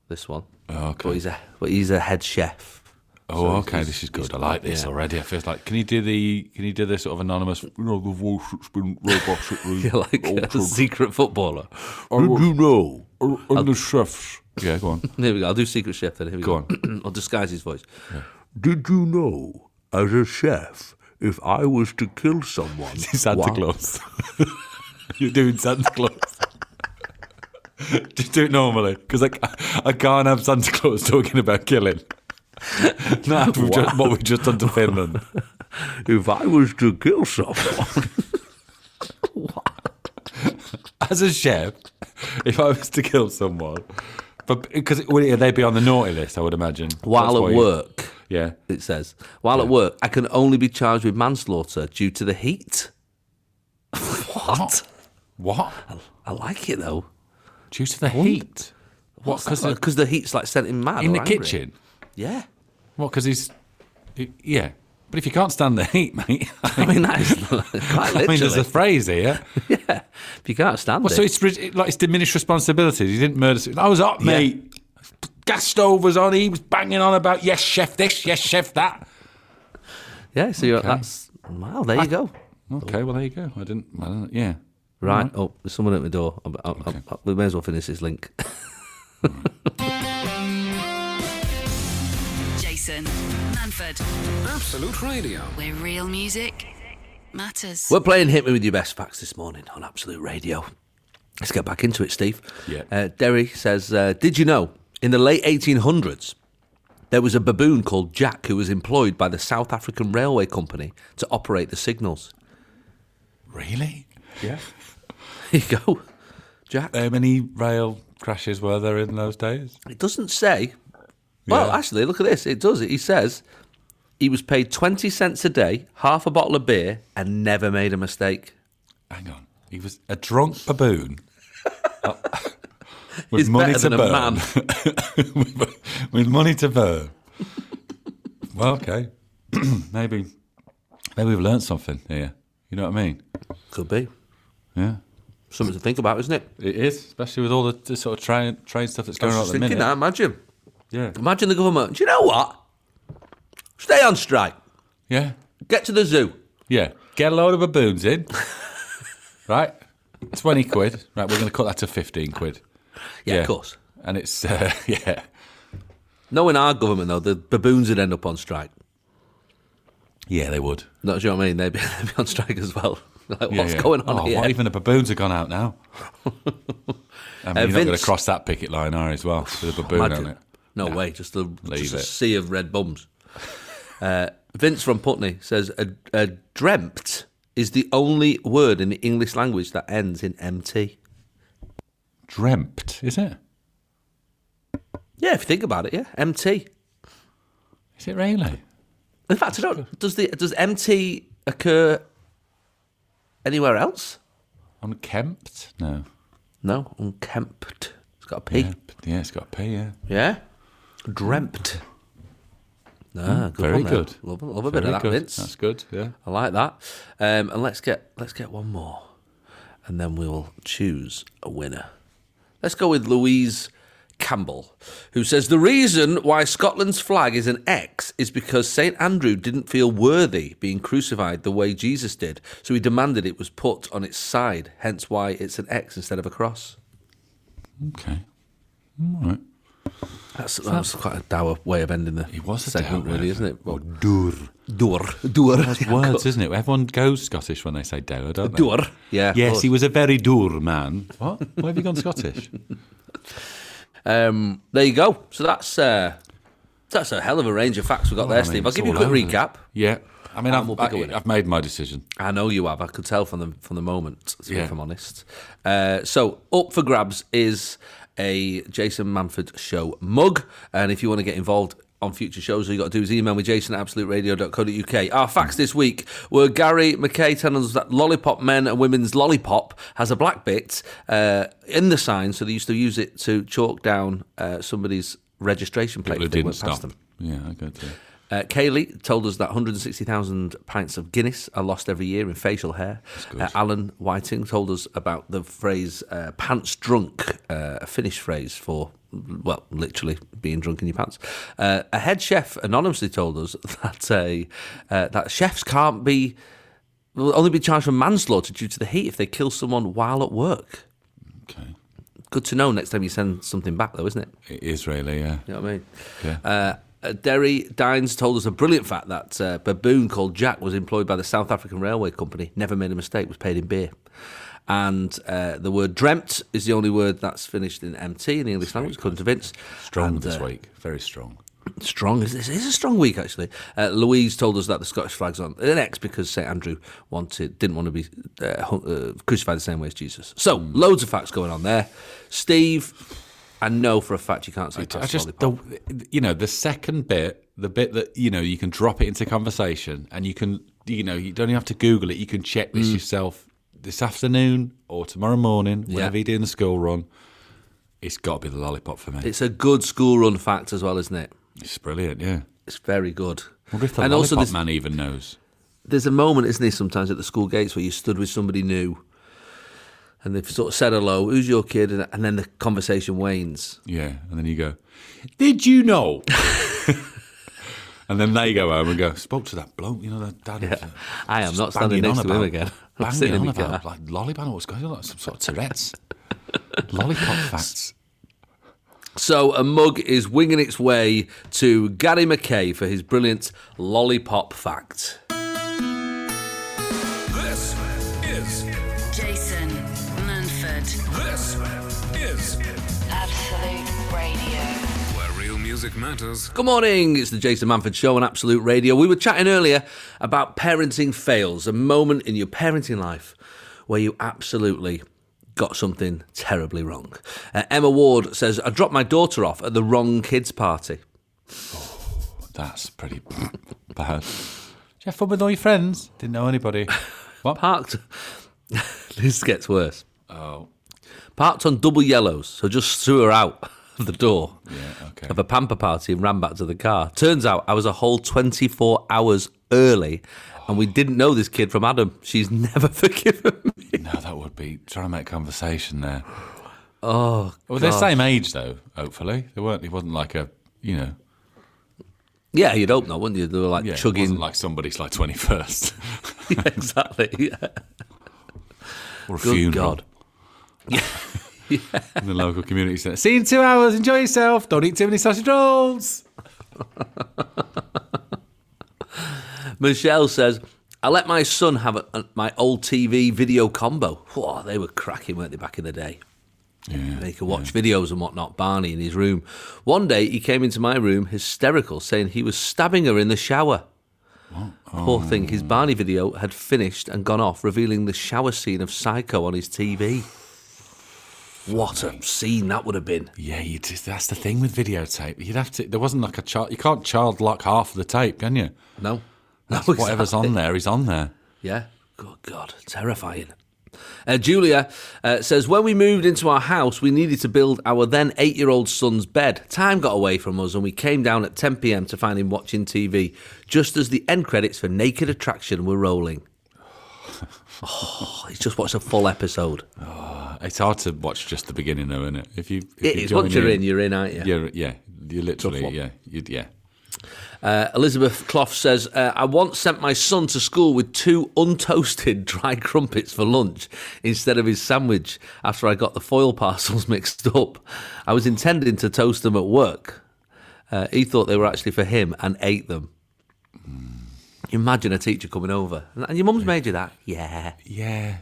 Speaker 3: This one,
Speaker 4: Oh,
Speaker 3: but
Speaker 4: okay.
Speaker 3: he's a but he's a head chef. [laughs]
Speaker 4: Oh, okay. This is good. I like this already. I feel like can you do the can you do the sort of anonymous? You know, the voice that's been
Speaker 3: [laughs]
Speaker 4: robotically
Speaker 3: You're like a
Speaker 4: altered.
Speaker 3: secret footballer.
Speaker 4: Or-
Speaker 3: you know?
Speaker 4: Or- and Oh, the chefs. Yeah,
Speaker 3: [laughs]
Speaker 4: go on.
Speaker 3: Here we go. I'll do secret chef then. Here we
Speaker 4: Go
Speaker 3: go. [clears throat] I'll disguise his voice. Did you know, as a chef, if I was to kill [laughs] someone,
Speaker 4: Santa
Speaker 3: Wow.
Speaker 4: Claus. [laughs] You're doing Santa Claus. [laughs] Just do it normally, because I, ca- I can't have Santa Claus talking about killing. [laughs] no, we've just, what we've just done
Speaker 3: [laughs]
Speaker 4: to Finland.
Speaker 3: if I was to kill someone,
Speaker 4: As a chef, if I was to kill someone, but because would they'd be on the naughty list, I would imagine. That's
Speaker 3: [laughs] while
Speaker 4: why
Speaker 3: at
Speaker 4: you-
Speaker 3: work.
Speaker 4: yeah.
Speaker 3: it says. While at work, I can only be charged with manslaughter due to the heat. what?
Speaker 4: What?
Speaker 3: I like it though.
Speaker 4: Due to the heat. What? Because
Speaker 3: Because the heat's like sent him mad.
Speaker 4: in
Speaker 3: or
Speaker 4: the
Speaker 3: angry.
Speaker 4: kitchen.
Speaker 3: Yeah.
Speaker 4: What? Because he's. he- Yeah. But if you can't stand the heat, [laughs] mate.
Speaker 3: [laughs] I mean, that is quite [laughs]
Speaker 4: I mean,
Speaker 3: literally.
Speaker 4: there's a phrase here.
Speaker 3: yeah. If you can't stand
Speaker 4: Well,
Speaker 3: it.
Speaker 4: so it's re- it- like it's diminished responsibilities. He didn't murder. I was up, mate. Gas stove was on. He was banging on about yes, chef this, yes, chef that.
Speaker 3: yeah, so you're, that's. Wow, there you go.
Speaker 4: Okay, well there you go. I didn't. I don't, yeah.
Speaker 3: Right.
Speaker 4: Mm-hmm.
Speaker 3: Oh, there's someone at my door. I, I, I, we may as well finish this link. [laughs]
Speaker 1: Jason Manford,
Speaker 2: Absolute Radio.
Speaker 1: where real music matters.
Speaker 3: We're playing Hit Me With Your Best Facts this morning on Absolute Radio. Let's get back into it, Steve.
Speaker 4: Yeah.
Speaker 3: Uh, Derry says, uh, Did you know in the late 1800s, there was a baboon called Jack who was employed by the South African Railway Company to [laughs] operate the signals?
Speaker 4: Really? Yeah.
Speaker 3: There you go. Jack.
Speaker 4: How many Um, rail crashes were there in those days?
Speaker 3: It doesn't say. Well,
Speaker 4: Yeah.
Speaker 3: actually, look at this. It does. He says he was paid 20 cents a day, half a bottle of beer, and never made a mistake.
Speaker 4: Hang on. He was a drunk
Speaker 3: [laughs]
Speaker 4: baboon. [laughs] with
Speaker 3: He's
Speaker 4: money
Speaker 3: better
Speaker 4: to
Speaker 3: than a
Speaker 4: burn.
Speaker 3: man.
Speaker 4: with, [laughs] with money to burn. well, okay. [clears throat] maybe maybe we've learned something here. You know what I mean?
Speaker 3: Could be.
Speaker 4: Yeah.
Speaker 3: Something to think about, isn't it?
Speaker 4: It is, especially with all the, the sort of train train stuff that's
Speaker 3: I was
Speaker 4: going on at
Speaker 3: just
Speaker 4: the
Speaker 3: thinking
Speaker 4: minute.
Speaker 3: that. Imagine.
Speaker 4: Yeah.
Speaker 3: Imagine the government. Do you know what? Stay on strike.
Speaker 4: Yeah.
Speaker 3: Get to the zoo.
Speaker 4: Yeah. Get a load of
Speaker 3: [laughs]
Speaker 4: baboons in. right? 20 quid. Right, we're going to cut that to 15 quid.
Speaker 3: Yeah, of course.
Speaker 4: And it's, uh, [laughs] yeah.
Speaker 3: Knowing our government, though, the baboons would end up on strike.
Speaker 4: Yeah, they would.
Speaker 3: Not sure what I mean. They'd be, [laughs] they'd be on strike as well. [laughs] like,
Speaker 4: Yeah,
Speaker 3: what's
Speaker 4: yeah.
Speaker 3: going on
Speaker 4: oh,
Speaker 3: here?
Speaker 4: What, even the baboons have gone
Speaker 3: [laughs]
Speaker 4: out now. I mean,
Speaker 3: Uh,
Speaker 4: you're not going
Speaker 3: Vince-
Speaker 4: to cross that picket line, are you, as well, with a baboon on it?
Speaker 3: No way. Just a, just a
Speaker 4: it.
Speaker 3: sea of red
Speaker 4: [laughs]
Speaker 3: bums. Uh, Vince from Putney says a, a dreamt is the only word in the English language that ends in MT.
Speaker 4: Dreamt, is it?
Speaker 3: Yeah, if you think about it, yeah, MT.
Speaker 4: Is it really?
Speaker 3: In fact, I don't. Does the does MT occur anywhere else?
Speaker 4: Unkempt? No.
Speaker 3: No, unkempt. It's got a P.
Speaker 4: Yeah, but- yeah, it's got a P, yeah.
Speaker 3: Yeah, dreamt. Ah, good
Speaker 4: Very
Speaker 3: one there.
Speaker 4: good.
Speaker 3: Love, love a bit of
Speaker 4: Very
Speaker 3: that,
Speaker 4: good.
Speaker 3: Vince.
Speaker 4: That's good, yeah.
Speaker 3: I like that. Um, and let's get let's get one more, and then we'll choose a winner. Let's go with Louise Campbell, who says the reason why Scotland's flag is an X is because Saint Andrew didn't feel worthy being crucified the way Jesus did, so he demanded it was put on its side. Hence, why it's an X instead of a cross.
Speaker 4: Okay. All right.
Speaker 3: That's, that was quite a dour way of ending the
Speaker 4: It was a
Speaker 3: segment,
Speaker 4: dour way
Speaker 3: really,
Speaker 4: of
Speaker 3: isn't it? Well,
Speaker 4: Dur.
Speaker 3: dour, dour, [laughs]
Speaker 4: That's words, isn't it? Everyone goes Scottish when they say dour, don't they?
Speaker 3: dour. Yeah.
Speaker 4: Yes,
Speaker 3: Lord.
Speaker 4: he was a very dour man. What? Why have you gone
Speaker 3: [laughs]
Speaker 4: Scottish?
Speaker 3: Um, there you go. So that's uh, that's a hell of a range of facts we got
Speaker 4: Oh, I
Speaker 3: there,
Speaker 4: mean,
Speaker 3: Steve. I'll
Speaker 4: it's
Speaker 3: give you a
Speaker 4: all
Speaker 3: quick
Speaker 4: over the-
Speaker 3: recap.
Speaker 4: Yeah. I mean,
Speaker 3: And
Speaker 4: I've,
Speaker 3: we'll pick a winner.
Speaker 4: I, have made my decision.
Speaker 3: I know you have. I could tell from the from the moment.
Speaker 4: Yeah.
Speaker 3: If I'm honest. Uh, so up for grabs is a Jason Manford show mug, and if you want to get involved. On future shows, all you got to do is email me jason at absoluteradio.co.uk. Our facts this week were Gary McKay telling us that Lollipop Men and Women's Lollipop has a black bit uh, in the sign, so they used to use it to chalk down uh, somebody's registration plate
Speaker 4: People who
Speaker 3: if they
Speaker 4: didn't
Speaker 3: went past
Speaker 4: stop.
Speaker 3: them.
Speaker 4: Yeah, I got to.
Speaker 3: Uh, Kaylee told us that 160,000 pints of Guinness are lost every year in facial hair. Uh, Alan Whiting told us about the phrase uh, pants drunk, uh, a Finnish phrase for, well, literally being drunk in your pants. Uh, a head chef anonymously told us [laughs] that, a, uh, that chefs can't be, will only be charged for manslaughter due to the heat if they kill someone while at work.
Speaker 4: Okay.
Speaker 3: Good to know next time you send something back, though, isn't it?
Speaker 4: It is really, yeah.
Speaker 3: You know what I mean?
Speaker 4: Yeah.
Speaker 3: Uh, uh, Derry Dines told us a brilliant fact that uh, baboon called Jack was employed by the South African Railway Company, never made a mistake, was paid in beer. And uh, the word dreamt is the only word that's finished in MT in the English language, according to Vince.
Speaker 4: Strong
Speaker 3: And,
Speaker 4: this
Speaker 3: uh,
Speaker 4: week. Very strong.
Speaker 3: Strong. This is a strong week, actually. Uh, Louise told us that the Scottish flag's on an X because St Andrew wanted didn't want to be uh, hung- uh, crucified the same way as Jesus. So,
Speaker 4: Hmm.
Speaker 3: loads of facts going on there. Steve, I know for a fact you can't see past
Speaker 4: I just,
Speaker 3: lollipop.
Speaker 4: the, you know, the second bit, the bit that you know you can drop it into conversation, and you can, you know, you don't even have to Google it. You can check this yourself this afternoon or tomorrow morning, whenever you're doing the school run. It's got to be the lollipop for me. It's,
Speaker 3: It's a good school run fact as well, isn't it?
Speaker 4: brilliant, yeah.
Speaker 3: It's very good.
Speaker 4: wonder if the
Speaker 3: and
Speaker 4: lollipop
Speaker 3: also, there's,
Speaker 4: man even knows.
Speaker 3: there's a moment, isn't there, sometimes at the school gates where you stood with somebody new and they've sort of said hello, who's your kid? And, and then the conversation wanes.
Speaker 4: Yeah, and then you go, "Did you know?" [laughs] and then they go home and go, "Spoke to that bloke, you know that dad." was, uh,
Speaker 3: I am
Speaker 4: just
Speaker 3: not standing
Speaker 4: banging
Speaker 3: next
Speaker 4: on
Speaker 3: to him
Speaker 4: about-
Speaker 3: again. [laughs] I'm sitting
Speaker 4: Banging
Speaker 3: in
Speaker 4: on
Speaker 3: the car.
Speaker 4: about like lollipop, what's going on? Like some sort of Tourette's. [laughs] lollipop facts.
Speaker 3: So a mug is winging its way to Gary McKay for his brilliant lollipop fact.
Speaker 2: This is
Speaker 1: Jason Manford,
Speaker 2: this is
Speaker 1: Absolute Radio.
Speaker 2: where real music matters.
Speaker 3: Good morning. It's the Jason Manford Show on Absolute Radio. We were chatting earlier about parenting fails, a moment in your parenting life where you absolutely got something terribly wrong. Uh, Emma Ward says, I dropped my daughter off at the wrong kids' party.
Speaker 4: That's pretty [laughs] bad. Did you have fun with all your friends? Didn't know
Speaker 3: [laughs]
Speaker 4: anybody. What?
Speaker 3: Parked. [laughs] this gets worse.
Speaker 4: oh,
Speaker 3: Parked on double yellows, so just threw her out [laughs] of the door
Speaker 4: yeah, okay.
Speaker 3: of a pamper party and ran back to the car. Turns out I was a whole 24 hours early and we didn't know this kid from Adam. She's [laughs] never forgiven me.
Speaker 4: No, that would be trying to make conversation there.
Speaker 3: [sighs] Oh,
Speaker 4: Well, they're
Speaker 3: God.
Speaker 4: same age though. Hopefully, they weren't. It wasn't like a you know.
Speaker 3: Yeah, you'd hope not, wouldn't you? They were like
Speaker 4: Yeah, it
Speaker 3: chugging.
Speaker 4: wasn't like somebody's like twenty first
Speaker 3: [laughs] Yeah, exactly. Yeah.
Speaker 4: [laughs] or a
Speaker 3: Good
Speaker 4: funeral
Speaker 3: God.
Speaker 4: in the local community centre. See you in two hours. Enjoy yourself. Don't eat too many sausage rolls.
Speaker 3: Michelle says, I let my son have a, a- my old TV video combo. Whoa, they were cracking, weren't they, back in the day?
Speaker 4: Yeah.
Speaker 3: They could watch videos and whatnot, Barney in his room. One day he came into my room hysterical, saying he was stabbing her in the shower. Poor thing,
Speaker 4: Oh.
Speaker 3: his Barney video had finished and gone off, revealing the shower scene of Psycho on his TV. What a scene that would have been.
Speaker 4: Yeah, you just, that's the thing with videotape. You'd have to. There wasn't like a child. You can't child lock half of the tape, can you?
Speaker 3: No?
Speaker 4: That's
Speaker 3: no,
Speaker 4: whatever's
Speaker 3: exactly.
Speaker 4: on there is on there.
Speaker 3: Yeah. Good God. Terrifying. Uh, Julia uh, says, when we moved into our house, we needed to build our then eight year old son's bed. Time got away from us, and we came down at 10 pm to find him watching TV just as the end credits for Naked Attraction were rolling. [laughs] oh, he's just watched a full episode.
Speaker 4: It's hard to watch just the beginning, though, isn't it? If you, if
Speaker 3: It
Speaker 4: you
Speaker 3: is.
Speaker 4: join
Speaker 3: Once you're in, you're in, aren't you?
Speaker 4: you're, yeah, you literally,
Speaker 3: one.
Speaker 4: yeah, you'd, yeah.
Speaker 3: Uh, Elizabeth Clough says, uh, I once sent my son to school with two untoasted [laughs] dry crumpets for lunch instead of his sandwich after I got the foil parcels [laughs] mixed up. I was intending to toast them at work. Uh, he thought they were actually for him and ate them. Can You imagine a teacher coming over and and your mum's made you that, yeah.
Speaker 4: Yeah,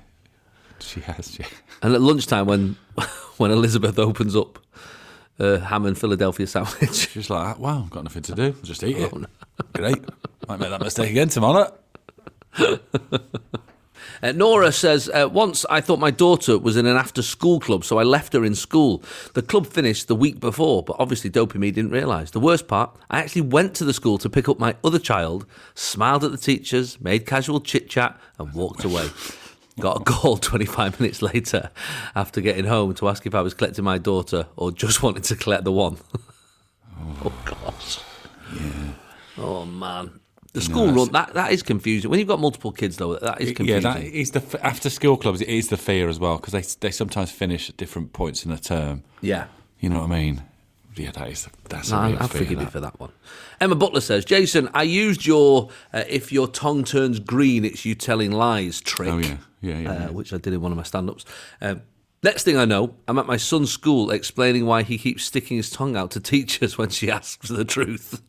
Speaker 4: she has. Yeah.
Speaker 3: And at lunchtime, when [laughs] when Elizabeth opens up her ham and Philadelphia sandwich,
Speaker 4: She's like, wow, I've got nothing to do. I'll just
Speaker 3: Oh,
Speaker 4: eat it. [laughs] Great. Might make that mistake again tomorrow.
Speaker 3: Uh, Nora says, uh, once I thought my daughter was in an after school club, so I left her in school. The club finished the week before, but obviously Dopamine didn't realise. The worst part, I actually went to the school to pick up my other child, smiled at the teachers, made casual chit chat, and walked away. Got a [laughs] call 25 minutes later after getting home to ask if I was collecting my daughter or just wanted to collect the one. [laughs] oh, gosh. Yeah. Oh, man. The school
Speaker 4: that's-
Speaker 3: run, that, that is confusing. When you've got multiple kids, though, that is confusing.
Speaker 4: Yeah, that is the f- after school clubs. It is the fear as well because they they sometimes finish at different points in a term.
Speaker 3: Yeah.
Speaker 4: You know what I mean? Yeah, that is that's a
Speaker 3: I,
Speaker 4: real
Speaker 3: I
Speaker 4: fear,
Speaker 3: forgive you
Speaker 4: that.
Speaker 3: for that one. Emma Butler says, Jason, I used your uh, if your tongue turns green, it's you telling lies trick,
Speaker 4: Oh yeah, yeah, yeah.
Speaker 3: uh, which I did in one of my stand ups. Um, next thing I know, I'm at my son's school explaining why he keeps sticking his tongue out to teachers [laughs] when she asks the truth.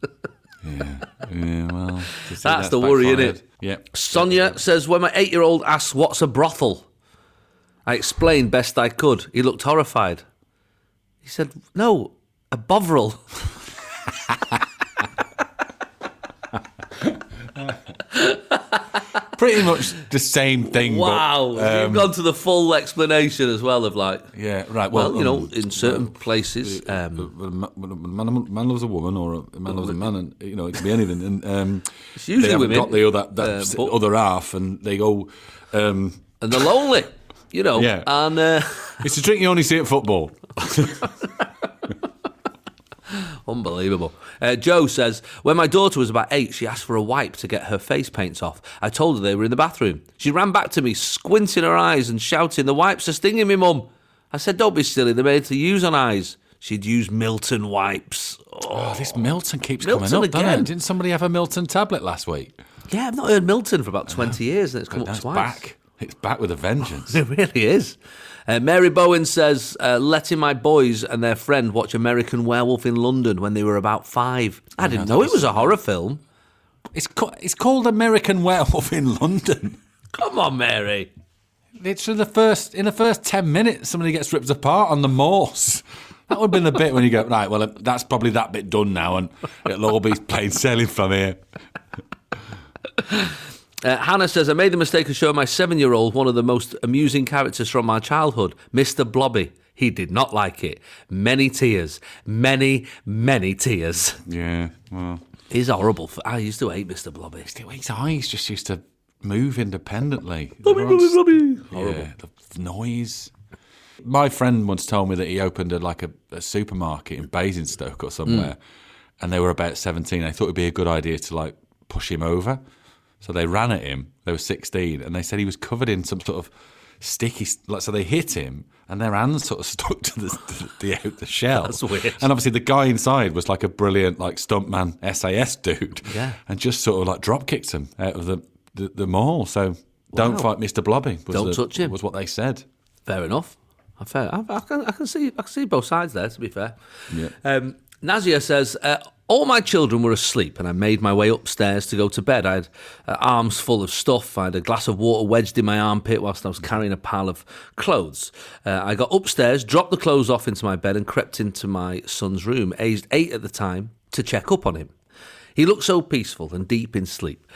Speaker 4: yeah. yeah, well, that's,
Speaker 3: the worry, innit?
Speaker 4: backfired. Yep.
Speaker 3: Sonia says, When my eight year old asks, What's a brothel? I explained best I could. He looked horrified. He said, No, a bovril. [laughs]
Speaker 4: Pretty much the same thing. but,
Speaker 3: Wow. You've
Speaker 4: um,
Speaker 3: gone to the full explanation as well of like,
Speaker 4: yeah, right. Well,
Speaker 3: Well, you know,
Speaker 4: um, uh,
Speaker 3: in certain places, um,
Speaker 4: When a ma- when a man, man loves a woman, or a man loves a man, and you know it can be anything. And um,
Speaker 3: It's usually
Speaker 4: they haven't
Speaker 3: women,
Speaker 4: got the other that
Speaker 3: uh,
Speaker 4: s-
Speaker 3: but-
Speaker 4: other half, and they go. Um,
Speaker 3: and they're lonely, you know,
Speaker 4: Yeah.
Speaker 3: and uh, [laughs]
Speaker 4: it's a drink you only see at football.
Speaker 3: Oh. unbelievable. Uh, Joe says, when my daughter was about eight, she asked for a wipe to get her face paints off. I told her they were in the bathroom. She ran back to me, squinting her eyes and shouting, "The wipes are stinging me, mum!" I said, "Don't be silly. They're made to use on eyes." She'd use Milton wipes. Oh,
Speaker 4: Oh, this Milton keeps
Speaker 3: Milton
Speaker 4: coming up, doesn't
Speaker 3: again.
Speaker 4: it? Didn't somebody have a Milton tablet last week?
Speaker 3: yeah, I've not heard Milton for about twenty years, and it's come up
Speaker 4: That's
Speaker 3: twice.
Speaker 4: back. It's back with a vengeance.
Speaker 3: [laughs] It really is. Uh, Mary Bowen says, uh, letting my boys and their friend watch American Werewolf in London when they were about five. I didn't know it was a horror film.
Speaker 4: it's ca- it's called American Werewolf in London.
Speaker 3: Come on, Mary.
Speaker 4: It's in the first in the first ten minutes somebody gets ripped apart on the Morse. That would have been the bit when you go right. Well, that's probably that bit done now, and it'll all be plain sailing from here.
Speaker 3: Uh, Hannah says, I made the mistake of showing my seven year old one of the most amusing characters from my childhood, Mr. Blobby. He did not like it. Many tears. Many, many tears.
Speaker 4: Yeah, well,
Speaker 3: He's horrible. For, I used to hate Mr. Blobby.
Speaker 4: his eyes just used to move independently. They're on s-
Speaker 3: Oh,
Speaker 4: Yeah, the noise. My friend once told me that he opened a, like a, a supermarket in Basingstoke or somewhere, and they were about seventeen. They thought it'd be a good idea to like push him over, so they ran at him. They were sixteen, and they said he was covered in some sort of sticky. s- Like so, they hit him, and their hands sort of [laughs] stuck to the to the, the, the shell.
Speaker 3: That's weird.
Speaker 4: And obviously, the guy inside was like a brilliant like stuntman SAS dude,
Speaker 3: Yeah.
Speaker 4: and just sort of like drop kicked him out of the the, the mall. So. Don't
Speaker 3: Wow.
Speaker 4: fight Mr. Blobby. was
Speaker 3: Don't
Speaker 4: the-
Speaker 3: touch him.
Speaker 4: Was what they said.
Speaker 3: Fair enough. I, fair, I, I, can, I can see I can see both sides there. To be fair,
Speaker 4: Yeah.
Speaker 3: Um, Nazia says uh, all my children were asleep, and I made my way upstairs to go to bed. I had uh, arms full of stuff. I had a glass of water wedged in my armpit whilst I was carrying a pile of clothes. Uh, I got upstairs, dropped the clothes off into my bed, and crept into my son's room, aged eight at the time, to check up on him. He looked so peaceful and deep in sleep.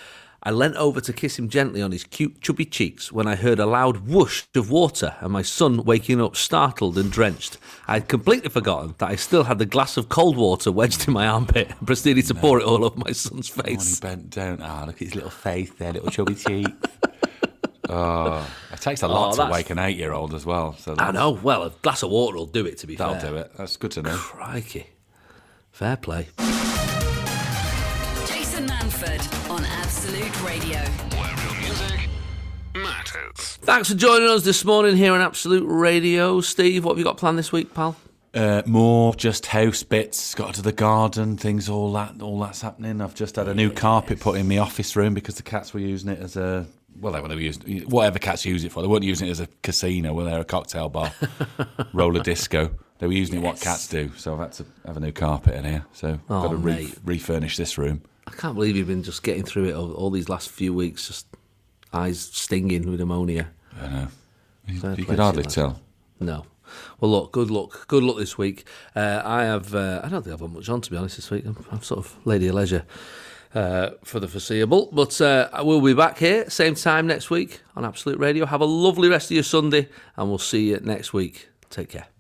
Speaker 3: I leant over to kiss him gently on his cute, chubby cheeks when I heard a loud whoosh of water and my son waking up startled and drenched. I had completely forgotten that I still had the glass of cold water wedged in my armpit and proceeded to pour it all over my son's
Speaker 4: When he
Speaker 3: face.
Speaker 4: bent down, ah, look at his little face there,
Speaker 3: [laughs]
Speaker 4: little chubby cheek. oh, it takes a
Speaker 3: Oh,
Speaker 4: lot to
Speaker 3: that's-
Speaker 4: wake an eight-year-old as well. So
Speaker 3: I know, well, a glass of water will do it, to be
Speaker 4: that'll
Speaker 3: fair.
Speaker 4: do it. That's good to know.
Speaker 3: Crikey. Fair play.
Speaker 1: Jason Manford on Absolute Radio.
Speaker 2: Where real music matters.
Speaker 3: Thanks for joining us this morning here on Absolute Radio. Steve, what have you got planned this week, pal?
Speaker 4: Uh, more just house bits. Got to the garden, things. All that, all that's happening. I've just had a new carpet put in the office room because the cats were using it as a. Well, they were using whatever cats use it for. They weren't using it as a casino. Were they a
Speaker 3: [laughs]
Speaker 4: cocktail bar, roller disco? They were using it what cats do. So I've had to have a new carpet in here. So I've got
Speaker 3: Oh,
Speaker 4: to re-
Speaker 3: mate.
Speaker 4: refurnish this room.
Speaker 3: I can't believe you've been just getting through it all, all these last few weeks, just eyes stinging with ammonia.
Speaker 4: You,
Speaker 3: Fair
Speaker 4: you
Speaker 3: play
Speaker 4: could
Speaker 3: to
Speaker 4: hardly
Speaker 3: you, lad.
Speaker 4: tell.
Speaker 3: No. Well, look, good luck. Good luck this week. Uh, I have, uh, I don't think I've got much on, to be honest, this week. I'm, I'm sort of lady of leisure uh, for the foreseeable. But uh, I will be back here, same time next week on Absolute Radio. Have a lovely rest of your Sunday, and we'll see you next week. Take care.